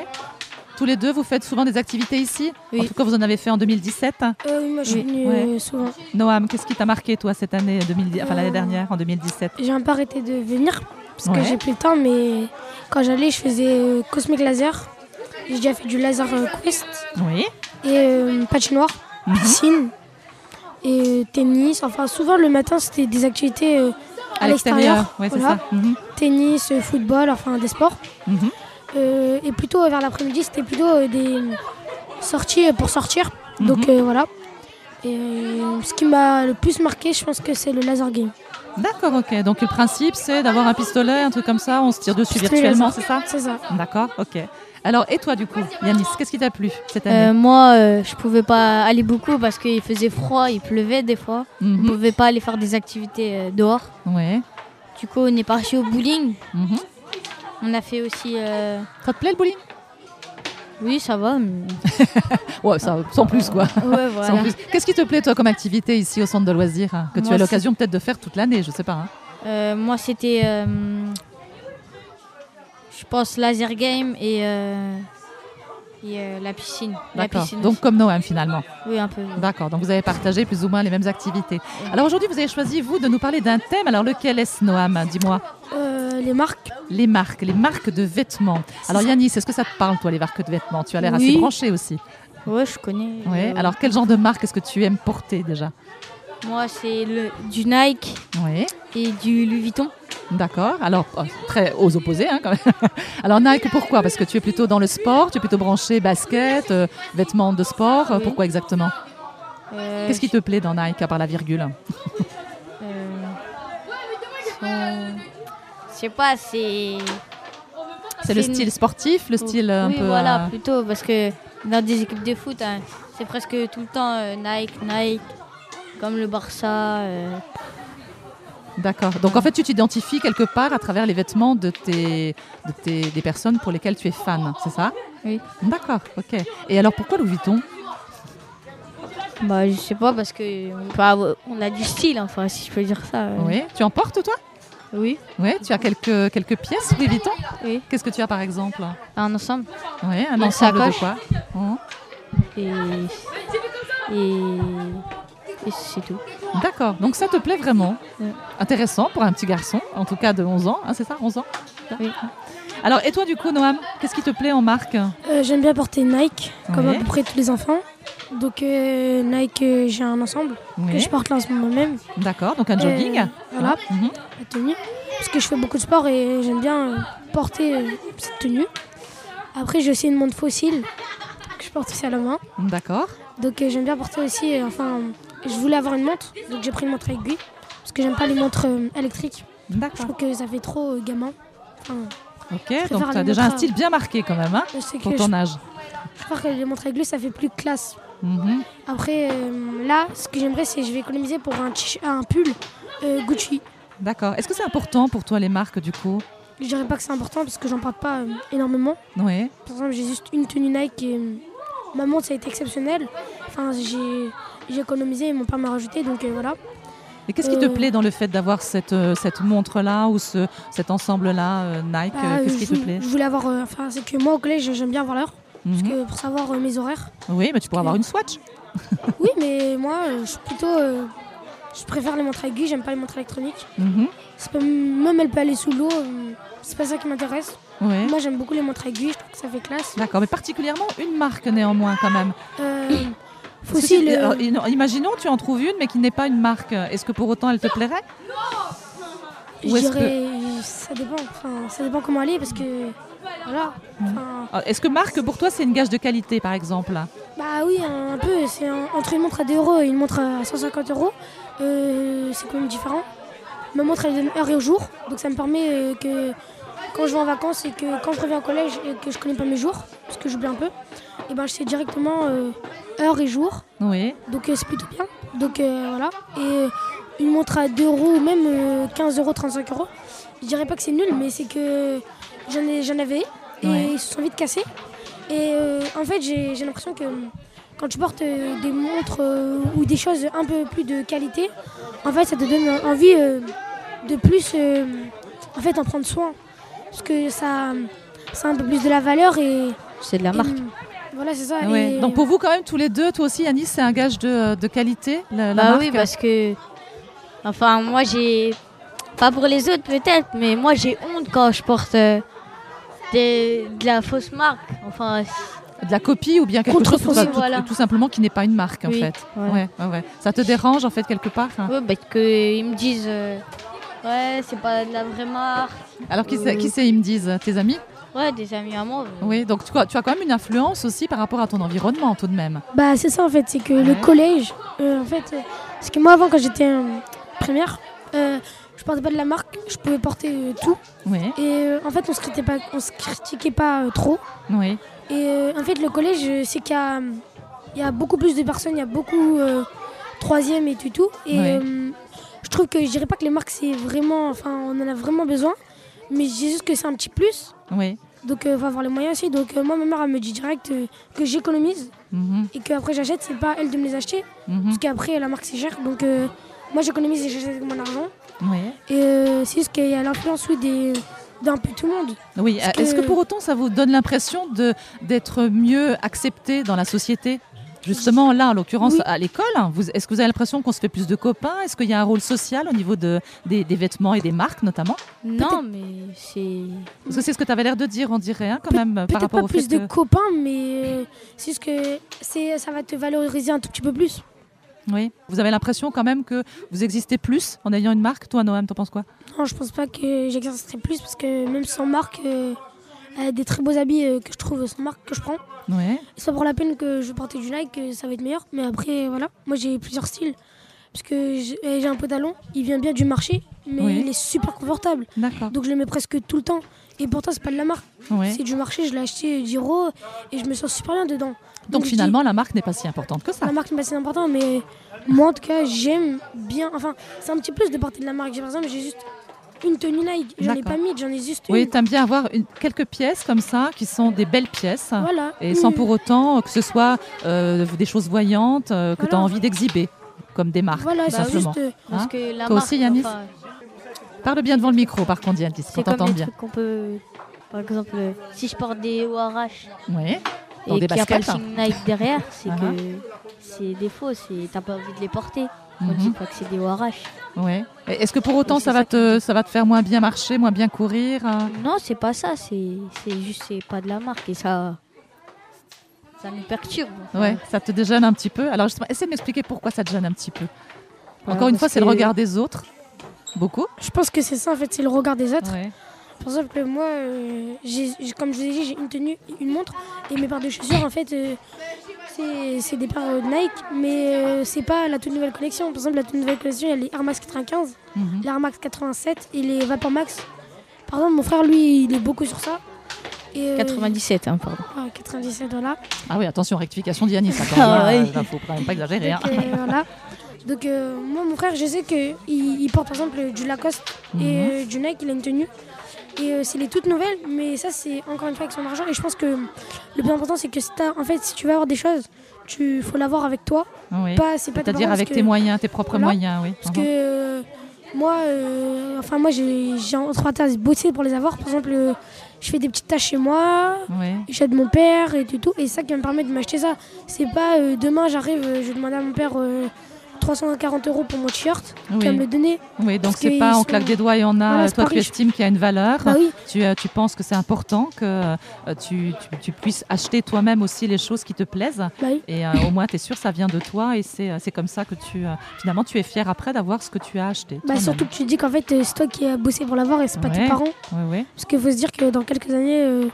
S3: Tous les deux, vous faites souvent des activités ici. En tout cas, vous en avez fait en 2017.
S16: Euh, oui, moi je suis venue
S3: Ouais.
S16: euh, souvent.
S3: Noam, qu'est-ce qui t'a marqué toi cette année 2010 enfin l'année
S16: Euh,
S3: dernière en 2017
S16: J'ai un peu arrêté de venir parce
S3: Ouais.
S16: que j'ai plus le temps, mais quand j'allais, je faisais euh, Cosmic Laser. J'ai déjà fait du Laser euh, Quest
S3: Oui. Mhm.
S16: et euh, patinoire, piscine et euh, tennis. Enfin, souvent le matin, c'était des activités euh, à
S3: À
S16: l'extérieur.
S3: l'extérieur, ouais, c'est
S16: voilà.
S3: ça. Mhm.
S16: Tennis, euh, football, enfin des sports.
S3: Mhm.
S16: Euh, et plutôt euh, vers l'après-midi, c'était plutôt euh, des sorties euh, pour sortir.
S3: Mhm.
S16: Donc euh, voilà. Et euh, ce qui m'a le plus marqué, je pense que c'est le laser game.
S3: D'accord, ok. Donc le principe, c'est d'avoir un pistolet, un truc comme ça, on se tire dessus
S16: Pistolet
S3: virtuellement,
S16: laser.
S3: c'est ça
S16: C'est ça.
S3: D'accord, ok. Alors, et toi, du coup, Yanis, qu'est-ce qui t'a plu cette
S21: Euh,
S3: année
S21: moi, euh, je pouvais pas aller beaucoup parce qu'il faisait froid, il pleuvait des fois.
S3: Mhm.
S21: On pouvait pas aller faire des activités euh, dehors.
S3: Ouais.
S21: Du coup, on est parti au bowling. On a fait aussi. euh,
S3: Mhm. Ça te plaît le bowling
S21: Oui, ça va. mais-
S3: Ouais, ça, sans plus, quoi.
S21: Ouais,
S3: Sans
S21: voilà.
S3: plus. Qu'est-ce qui te plaît, toi, comme activité ici au centre de loisirs hein, Que tu
S21: Moi,
S3: as
S21: c'est-
S3: l'occasion peut-être de faire toute l'année, je sais pas. hein.
S21: Euh, moi, c'était. euh, je pense laser game et. euh, et, euh, la piscine. La
S3: D'accord.
S21: piscine
S3: Donc, bah, comme Noël, finalement.
S21: Oui, un peu. oui.
S3: D'accord. Donc, vous avez partagé plus ou moins les mêmes activités. Alors, aujourd'hui, vous avez choisi, vous, de nous parler d'un thème. Alors, lequel est-ce, Noam Dis-moi.
S21: Euh,
S16: les marques.
S3: Les marques, les marques de vêtements. Alors,
S21: ça.
S3: Yanis, est-ce que ça te parle, toi, les marques de vêtements Tu as l'air assez
S21: Oui.
S3: branché aussi.
S21: Ouais, je connais.
S3: Ouais.
S21: Euh,
S3: Alors, quel genre de marque est-ce que tu aimes porter déjà
S21: Moi, c'est le- du Nike
S3: Oui.
S21: et du Louis Vuitton.
S3: D'accord. Alors, oh, très aux opposés, hein, quand même. Alors, Nike, pourquoi Parce que tu es plutôt dans le sport, tu es plutôt branché basket, euh, vêtements de sport. Euh,
S21: Oui.
S3: Pourquoi exactement
S21: Euh,
S3: Qu'est-ce qui te plaît dans Nike, à part la virgule
S21: Euh, son- Je sais pas, c'est.
S3: C'est le
S21: une-
S3: style sportif, le style euh, un
S21: oui,
S3: peu,
S21: voilà,
S3: euh,
S21: plutôt, parce que dans des équipes de foot, hein, c'est presque tout le temps euh, Nike, Nike, comme le Barça. euh,
S3: D'accord. Donc, en fait, tu t'identifies quelque part à travers les vêtements de tes, de tes- des personnes pour lesquelles tu es fan, c'est ça
S21: Oui.
S3: D'accord, ok. Et alors, pourquoi Louis Vuitton
S21: bah, je sais pas, parce que on, peut avoir- on a du style, enfin, si je peux dire ça. euh.
S3: Oui. Tu en portes, toi
S21: Oui.
S3: Oui, tu as quelques, quelques pièces Louis Vuitton
S21: Oui.
S3: Qu'est-ce que tu as, par exemple
S21: Un ensemble.
S3: Oui, un
S21: Une
S3: ensemble de
S21: sacoche.
S3: quoi Hein
S21: Et. Et. et c'est tout.
S3: D'accord, donc ça te plaît vraiment
S21: Ouais.
S3: Intéressant pour un petit garçon, en tout cas de 11 ans, hein, c'est ça 11 ans Alors, et toi du coup, Noam, qu'est-ce qui te plaît en marque
S16: Euh, J'aime bien porter Nike, comme à
S3: Ouais.
S16: peu près tous les enfants. Donc euh, Nike, euh, j'ai un ensemble que
S3: Ouais.
S16: je porte là en ce moment même.
S3: D'accord, donc un
S16: Euh,
S3: jogging
S16: Voilà,
S3: Mhm.
S16: la tenue. Parce que je fais beaucoup de sport et j'aime bien euh, porter euh, cette tenue. Après, j'ai aussi une montre fossile que je porte aussi à la main.
S3: D'accord,
S16: Donc euh, j'aime bien porter aussi, euh, enfin, je voulais avoir une montre, donc j'ai pris une montre à aiguille. Parce que j'aime pas les montres euh, électriques.
S3: D'accord.
S16: Je trouve que ça fait trop euh, gamin. Enfin,
S3: ok,
S16: préfère
S3: donc tu as
S16: les
S3: déjà un
S16: montres euh, à-
S3: style bien marqué quand même hein,
S16: Je sais
S3: pour
S16: que
S3: ton
S16: je-
S3: âge.
S16: je crois que les montres à aiguille, ça fait plus classe.
S3: Mhm.
S16: Après, euh, là, ce que j'aimerais, c'est je vais économiser pour un, t- un pull euh, Gucci.
S3: D'accord, est-ce que c'est important pour toi les marques du coup
S16: Je dirais pas que c'est important parce que j'en porte pas euh, énormément.
S3: Oui,
S16: Par exemple, j'ai juste une tenue Nike et euh, ma montre, ça a été exceptionnel. Enfin, j'ai j'ai économisé et mon père m'a rajouté, donc euh, voilà.
S3: et qu'est-ce qui te
S16: Euh,
S3: plaît dans le fait d'avoir cette, euh, cette montre-là ou ce, cet ensemble-là euh, Nike
S16: bah,
S3: euh, Qu'est-ce qui
S16: je,
S3: te plaît
S16: je voulais avoir. euh, Enfin, c'est que moi, au collège, j'aime bien avoir l'heure.
S3: Mhm.
S16: Parce que pour savoir euh, mes horaires.
S3: Oui, mais tu pourrais avoir une Swatch
S16: oui, mais moi, euh, je suis plutôt. euh, je préfère les montres aiguilles, j'aime pas les montres électroniques.
S3: Mhm.
S16: C'est pas- même elle peut aller sous l'eau, euh, c'est pas ça qui m'intéresse.
S3: Ouais.
S16: Moi j'aime beaucoup les montres aiguilles, je trouve que ça fait classe.
S3: D'accord, mais particulièrement une marque néanmoins quand même.
S16: Euh, faut
S3: Parce que
S16: aussi
S3: si-
S16: le-
S3: alors, in- Imaginons, tu en trouves une, mais qui n'est pas une marque. Est-ce que pour autant elle te plairait
S16: Je
S3: Ou est-ce
S16: dirais, ça dépend, enfin, ça dépend comment elle est parce que voilà. enfin,
S3: que... Euh, Est-ce que marque pour toi c'est une gage de qualité par exemple là
S16: bah oui, un, un peu, c'est un- entre une montre à 2 euros et une montre à 150 euros, euh, c'est quand même différent. Ma montre elle donne heure et jour, donc ça me permet euh, que quand je vais en vacances et que quand je reviens au collège et que je connais pas mes jours, parce que j'oublie un peu, et ben je sais directement euh, heure et jour.
S3: Oui.
S16: Donc euh, c'est plutôt bien. Donc euh, voilà. Et euh, une montre à 2 euros ou même euh, 15 euros, 35 euros. Je dirais pas que c'est nul, mais c'est que j'en ai- j'en avais et
S22: Ouais.
S16: ils se sont vite cassés. Et euh, en fait, j'ai j'ai l'impression que hum, quand tu portes euh, des montres euh, ou des choses un peu plus de qualité, en fait, ça te donne envie euh, de plus euh, en fait en prendre soin. Parce que ça, hum, ça a un peu plus de la valeur et.
S21: C'est de la
S16: et,
S21: marque.
S16: Voilà, c'est Mm, ça.
S3: Ah Ouais.
S16: et-
S3: Donc pour vous quand même tous les deux, toi aussi Yanis, c'est un gage de, de qualité la, la
S21: Bah
S3: marque
S21: oui, parce que. Enfin, moi j'ai. Pas pour les autres peut-être, mais moi j'ai honte quand je porte euh, des- de la fausse marque. Enfin.
S3: De la copie ou bien quelque chose tout,
S21: Contrefaçon,
S3: tout-
S21: voilà.
S3: tout simplement qui n'est pas une marque en
S21: Oui,
S3: fait.
S21: voilà.
S3: Ouais, ouais, ouais. Ça te dérange en fait quelque part hein
S21: Ouais, bah, que ils me disent euh, Ouais, c'est pas de la vraie marque.
S3: Alors, qui c'est,
S21: Euh,
S3: qui c'est, ils me disent Tes amis
S21: Ouais, des amis à moi.
S3: Oui, donc tu, tu as quand même une influence aussi par rapport à ton environnement tout de même.
S16: Bah c'est ça en fait, c'est que le collège, euh, en fait, euh, parce que moi avant quand j'étais euh, primaire, euh, je portais pas de la marque, je pouvais porter euh, tout.
S3: Ouais.
S16: Et euh, en fait on se critiquait pas, on se critiquait pas euh, trop.
S3: Oui.
S16: Et euh, en fait le collège euh, c'est qu'il y a, euh, il y a beaucoup plus de personnes, il y a beaucoup euh, troisième et tout tout. Et
S2: Ouais.
S16: euh, je trouve que je dirais pas que les marques c'est vraiment, enfin on en a vraiment besoin, mais je dis juste que c'est un petit plus.
S3: Oui.
S16: Donc il faut avoir les moyens aussi. Donc euh, moi ma mère elle me dit direct euh, que j'économise
S3: Mhm.
S16: et qu'après j'achète, c'est pas elle de me les acheter.
S3: Mhm.
S16: Parce qu'après la marque c'est cher. Donc euh, moi j'économise et j'achète avec mon argent.
S3: Oui.
S16: Et euh, c'est juste qu'il y a l'influence oui, des- d'un peu tout le monde.
S3: Oui, euh,
S16: Parce
S3: est-ce que pour autant ça vous donne l'impression de, d'être mieux accepté dans la société Justement, là, en l'occurrence,
S16: Oui.
S3: à l'école, hein, vous- est-ce que vous avez l'impression qu'on se fait plus de copains Est-ce qu'il y a un rôle social au niveau de, des, des vêtements et des marques, notamment
S21: Non, mais c'est.
S3: Parce que c'est ce que tu avais l'air de dire, on dirait, hein, quand même, par
S16: Peut-être
S3: rapport
S16: pas
S3: au
S16: plus de
S3: fait que-
S16: copains, mais euh, c'est juste que c'est- ça va te valoriser un tout petit peu plus.
S3: Oui. Vous avez l'impression quand même que vous existez plus en ayant une marque Toi, Noam, t'en penses quoi
S16: Non, je pense pas que j'exercerai plus parce que même sans marque, euh, elle a des très beaux habits euh, que je trouve sans marque que je prends.
S3: Ouais.
S16: C'est pas pour la peine que je vais porter du Nike, que ça va être meilleur. Mais après, voilà, moi j'ai plusieurs styles. Parce que j'ai eh, j'ai un pantalon, il vient bien du marché, mais
S3: Oui.
S16: il est super confortable.
S3: D'accord.
S16: Donc je le mets presque tout le temps. Et pourtant, c'est pas de la marque.
S3: Ouais.
S16: C'est du marché, je l'ai acheté 10 euros et je me sens super bien dedans.
S3: Donc
S16: je
S3: finalement,
S16: dis-
S3: la marque n'est pas si importante que ça.
S16: la marque, bah, c'est important, mais moi en tout cas, j'aime bien. Enfin, c'est un petit plus de porter de la marque. J'ai- Par exemple, j'ai juste une tenue Nike. J'en ai
S3: D'accord.
S16: pas mis, j'en ai juste
S3: Oui,
S16: une.
S3: t'aimes bien avoir une- quelques pièces comme ça, qui sont des belles pièces,
S16: Voilà. Mm.
S3: et sans
S16: Une-
S3: pour autant que ce soit euh, des choses voyantes euh, que tu as
S21: Voilà.
S3: envie d'exhiber, comme des marques,
S21: Voilà,
S3: tout
S16: bah,
S21: c'est
S3: simplement. Hein
S21: juste, euh, parce que la
S3: Toi
S21: marque,
S3: aussi, Yanis
S21: enfin,
S3: Parle bien devant le micro, par contre, Yanis, qu'on
S21: C'est comme
S3: t'entende
S21: des
S3: bien.
S21: trucs qu'on peut. Par exemple, euh, si je porte des Warash
S3: Ouais,
S21: et
S3: dans
S21: qu'il
S3: des
S21: n'y a pas le
S3: baskets.
S21: signe Nike derrière, c'est
S3: Ah ah.
S21: que c'est des faux, c'est- t'as pas envie de les porter. On
S3: Mhm.
S21: dit pas que c'est des Warash.
S3: Ouais. Et Est-ce que pour autant, ça va, te, ça va te faire moins bien marcher, moins bien courir euh
S21: Non, c'est pas ça, c'est c'est juste c'est pas de la marque et ça. Ça me perturbe. enfin.
S3: Ouais, ça te déjeune un petit peu. Alors, justement, essaie de m'expliquer pourquoi ça te gêne un petit peu.
S16: Bah,
S3: Encore une
S16: parce
S3: fois, c'est le
S16: que-
S3: regard des autres. Beaucoup.
S16: Je pense que c'est ça en fait, c'est le regard des autres.
S3: Ouais.
S16: Par exemple, que moi, euh, j'ai- j'ai- comme je vous ai dit, j'ai une tenue, une montre et mes paires de chaussures en fait, euh, c'est- c'est des paires euh, Nike, mais euh, c'est pas la toute nouvelle collection. Par exemple, la toute nouvelle collection, il y a les Air Max 95,
S3: Mhm.
S16: les Air Max 87 et les Vapor Max. Par exemple, mon frère, lui, il est beaucoup sur ça. Et, euh,
S21: 97, hein, pardon.
S16: Ah, 97, voilà.
S3: Ah oui, attention, rectification d'Yannis. Il
S21: Ah oui.
S3: faut quand même pas exagérer. hein.
S16: Donc, euh, voilà. Donc, euh, moi, mon frère, je sais qu'il il porte par exemple euh, du Lacoste et
S3: Mhm.
S16: euh, du Nike, il a une tenue. Et euh, c'est les toutes nouvelles, mais ça, c'est encore une fois avec son argent. Et je pense que le plus important, c'est que si t'as- en fait, si tu veux avoir des choses, tu faut l'avoir avec toi.
S3: Oui.
S16: Pas, c'est pas tes
S3: C'est-à-dire
S16: parents,
S3: avec
S16: parce
S3: tes
S16: que-
S3: moyens, tes propres
S16: Voilà.
S3: moyens, oui.
S16: Parce que euh, moi, euh, enfin moi, j'ai j'ai entre autres bossé pour les avoir. Par exemple, euh, je fais des petites tâches chez moi,
S3: Ouais.
S16: j'aide mon père et tout, tout. Et ça qui va me permet de m'acheter ça. C'est pas euh, demain j'arrive, euh, je vais demander à mon père euh, 340 euros pour mon t-shirt,
S3: Oui.
S16: il va me le donner.
S3: Oui, donc
S16: Parce
S3: c'est
S16: qu'ils
S3: pas on
S16: sont-
S3: claque des doigts et on a.
S16: Voilà, c'est
S3: toi,
S16: pas
S3: tu
S16: riche.
S3: estimes qu'il y a une valeur.
S16: Bah oui.
S3: tu, euh, tu penses que c'est important que euh, tu, tu- tu puisses acheter toi-même aussi les choses qui te plaisent.
S16: Bah oui.
S3: Et euh, au moins, tu es sûr, ça vient de toi et c'est euh, c'est comme ça que tu. euh, finalement, tu es fier après d'avoir ce que tu as acheté.
S16: Bah,
S3: toi-même.
S16: surtout que tu te dis qu'en fait, euh, c'est toi qui as bossé pour l'avoir et c'est pas
S3: Ah, Ouais,
S16: tes parents.
S3: ouais, ouais.
S16: Parce qu'il faut se dire que dans quelques années, euh,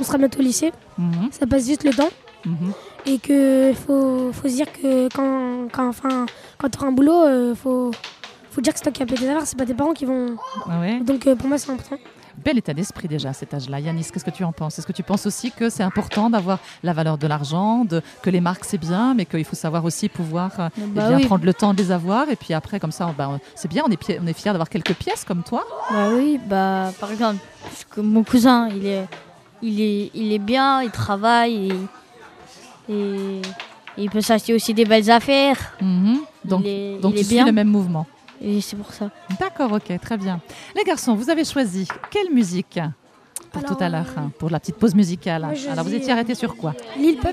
S16: on sera bientôt au lycée.
S3: Mhm.
S16: Ça passe vite le temps.
S3: Mhm.
S16: Et que faut, faut se dire que quand, quand, enfin, quand tu auras un boulot, euh, faut, faut dire que c'est toi qui as payé tes affaires, c'est pas tes parents qui vont.
S3: Ah ouais.
S16: Donc euh, pour moi, c'est important.
S3: Bel état d'esprit déjà à cet âge-là. Yanis, qu'est-ce que tu en penses Est-ce que tu penses aussi que c'est important d'avoir la valeur de l'argent, de- que les marques c'est bien, mais qu'il faut savoir aussi pouvoir euh, eh
S21: bah
S3: bien,
S21: oui.
S3: prendre le temps de les avoir Et puis après, comme ça, on- bah, on- c'est bien, on est, pi- on est fiers d'avoir quelques pièces comme toi.
S21: Bah oui, bah par exemple, parce que mon cousin, il est, il est, il est bien, il travaille et, et il peut s'acheter aussi des belles affaires.
S3: Mhm. Donc,
S21: il est,
S3: donc
S21: il est
S3: tu suis
S21: bien.
S3: le même mouvement.
S21: Et c'est pour ça.
S3: D'accord, ok, très bien. Les garçons, vous avez choisi quelle musique pour tout à l'heure,
S21: euh,
S3: hein, pour la petite pause musicale
S16: moi, je
S3: Alors vous
S16: dis,
S3: étiez
S16: euh,
S3: arrêté sur quoi
S16: Lil Pop,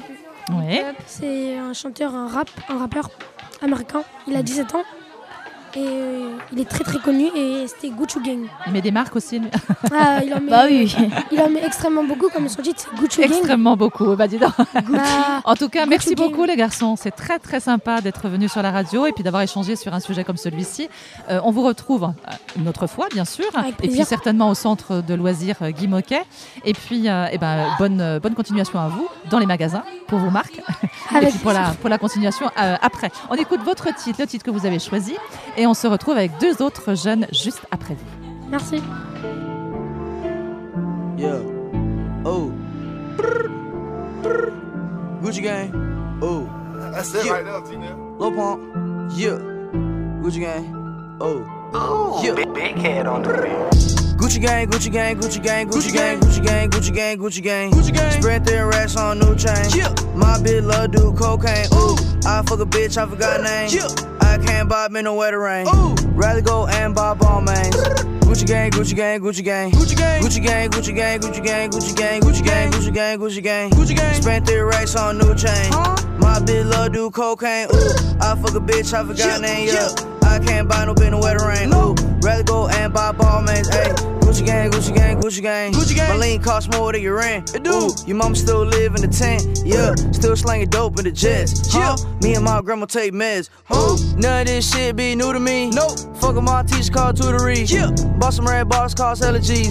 S3: Oui. Mm.
S16: c'est un chanteur, un, rap, un rappeur américain. Il a 17 ans. Et euh, il est très très connu et c'était Gucci Gang.
S3: Il met des marques aussi. lui.
S16: Ah, il en met,
S3: Bah oui.
S16: il en met extrêmement beaucoup, comme sur dit, Gucci
S21: euh,
S16: Gang.
S3: Extrêmement beaucoup. Bah, dis donc.
S16: Bah,
S3: en tout cas, merci
S16: Gucci Gang.
S3: beaucoup les garçons. C'est très très sympa d'être venus sur la radio et puis d'avoir échangé sur un sujet comme celui-ci. Euh, on vous retrouve euh, une autre fois, bien sûr,
S16: Avec
S3: et puis
S16: plaisir.
S3: certainement au centre de loisirs euh, Guy Moquet. Et puis, euh, eh ben, bonne euh, bonne continuation à vous dans les magasins pour vos marques et
S16: Avec
S3: puis pour la
S16: plaisir.
S3: pour la continuation euh, après. On écoute votre titre, le titre que vous avez choisi, et on se retrouve avec deux autres jeunes juste après vous.
S16: Merci.
S2: Yeah. Oh. Gucci gang. Oh. That's it right now, Tina. Low pump. Yeah. Gucci gang. Oh. Oh. Yeah. Big, big head on the beat. Gucci gang, Gucci gang, Gucci gang, Gucci gang, Gucci gang, Gucci gang, Gucci gang. Gucci gang. Spread their racks on new chain. Yeah. My bitch love do cocaine. Ooh. I fuck a bitch, I forgot name. Yeah. I can't bob in the wetter rain. Ooh. Rather go and buy ball mains. Gucci gang, Gucci gang, Gucci gang. Gucci gang, Gucci gang, Gucci gang, Gucci gang, Gucci gang, Gucci gang, Gucci gang, Gucci gang. Gucci gang. Spent three racks on new chain. My bitch love do cocaine. Ooh. I fuck a bitch, I forgot name. Yeah. I can't buy no bin no wetter rain. Ooh. Rather go and buy ball mains. Ayy. Gucci gang, Gucci gang, Gucci gang. Gucci gang. My lean costs more than your rent. It do. your mom still live in the tent. Yeah. Still slanging dope in the jets. Huh? Me and my grandma take meds. Ooh. None of this shit be new to me. Nope. Fuck with my teacher called tutory. Yeah. Bought some red bars, cost allergies.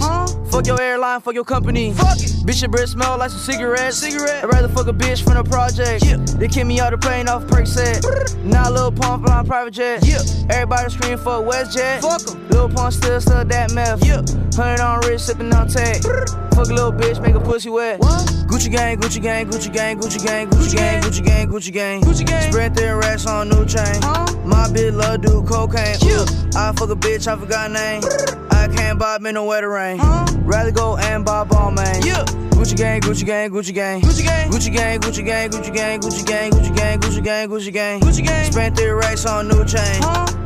S2: Fuck your airline, fuck your company. Fuck it. Bitch, your breath smell like some cigarettes. Cigarette. I'd rather fuck a bitch from the project. Yeah. They kick me out the plane off Perk set. Now Lil Pump flying private jet. Yeah. Everybody scream for WestJet. Fuck 'em. Lil Pump still stuck that meth. Yeah. Hundred on wrist, sipping on tag. Fuck a little bitch, make a pussy wet. What? Gucci gang, Gucci gang, Gucci gang, Gucci gang, Gucci gang, Gucci gang, Gucci gang. Gucci gang. Spread their racks on new chain. My bitch love do cocaine. Yeah. I fuck a bitch, I forgot name. I can't bob in the wetter rain. Rather go and buy ball man. Yeah. Gucci gang, Gucci gang, Gucci gang. Gucci gang, Gucci gang, Gucci gang, Gucci gang, Gucci gang, Gucci gang, Gucci gang, Gucci gang. Gucci gang. Spent three racks on new chain.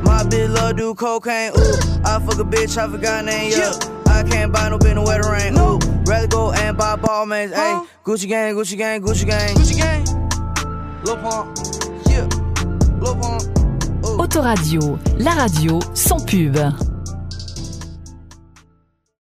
S2: My bitch love do cocaine. Ooh. I fuck a bitch, I forgot name. Yeah. I can't buy no bin no wetter rain. No. Rather go and buy ball man. Hey. Gucci gang, Gucci gang, Gucci gang. Gucci gang. Lil Pump. Yeah. Lil Pump.
S12: Autoradio, la radio sans pub.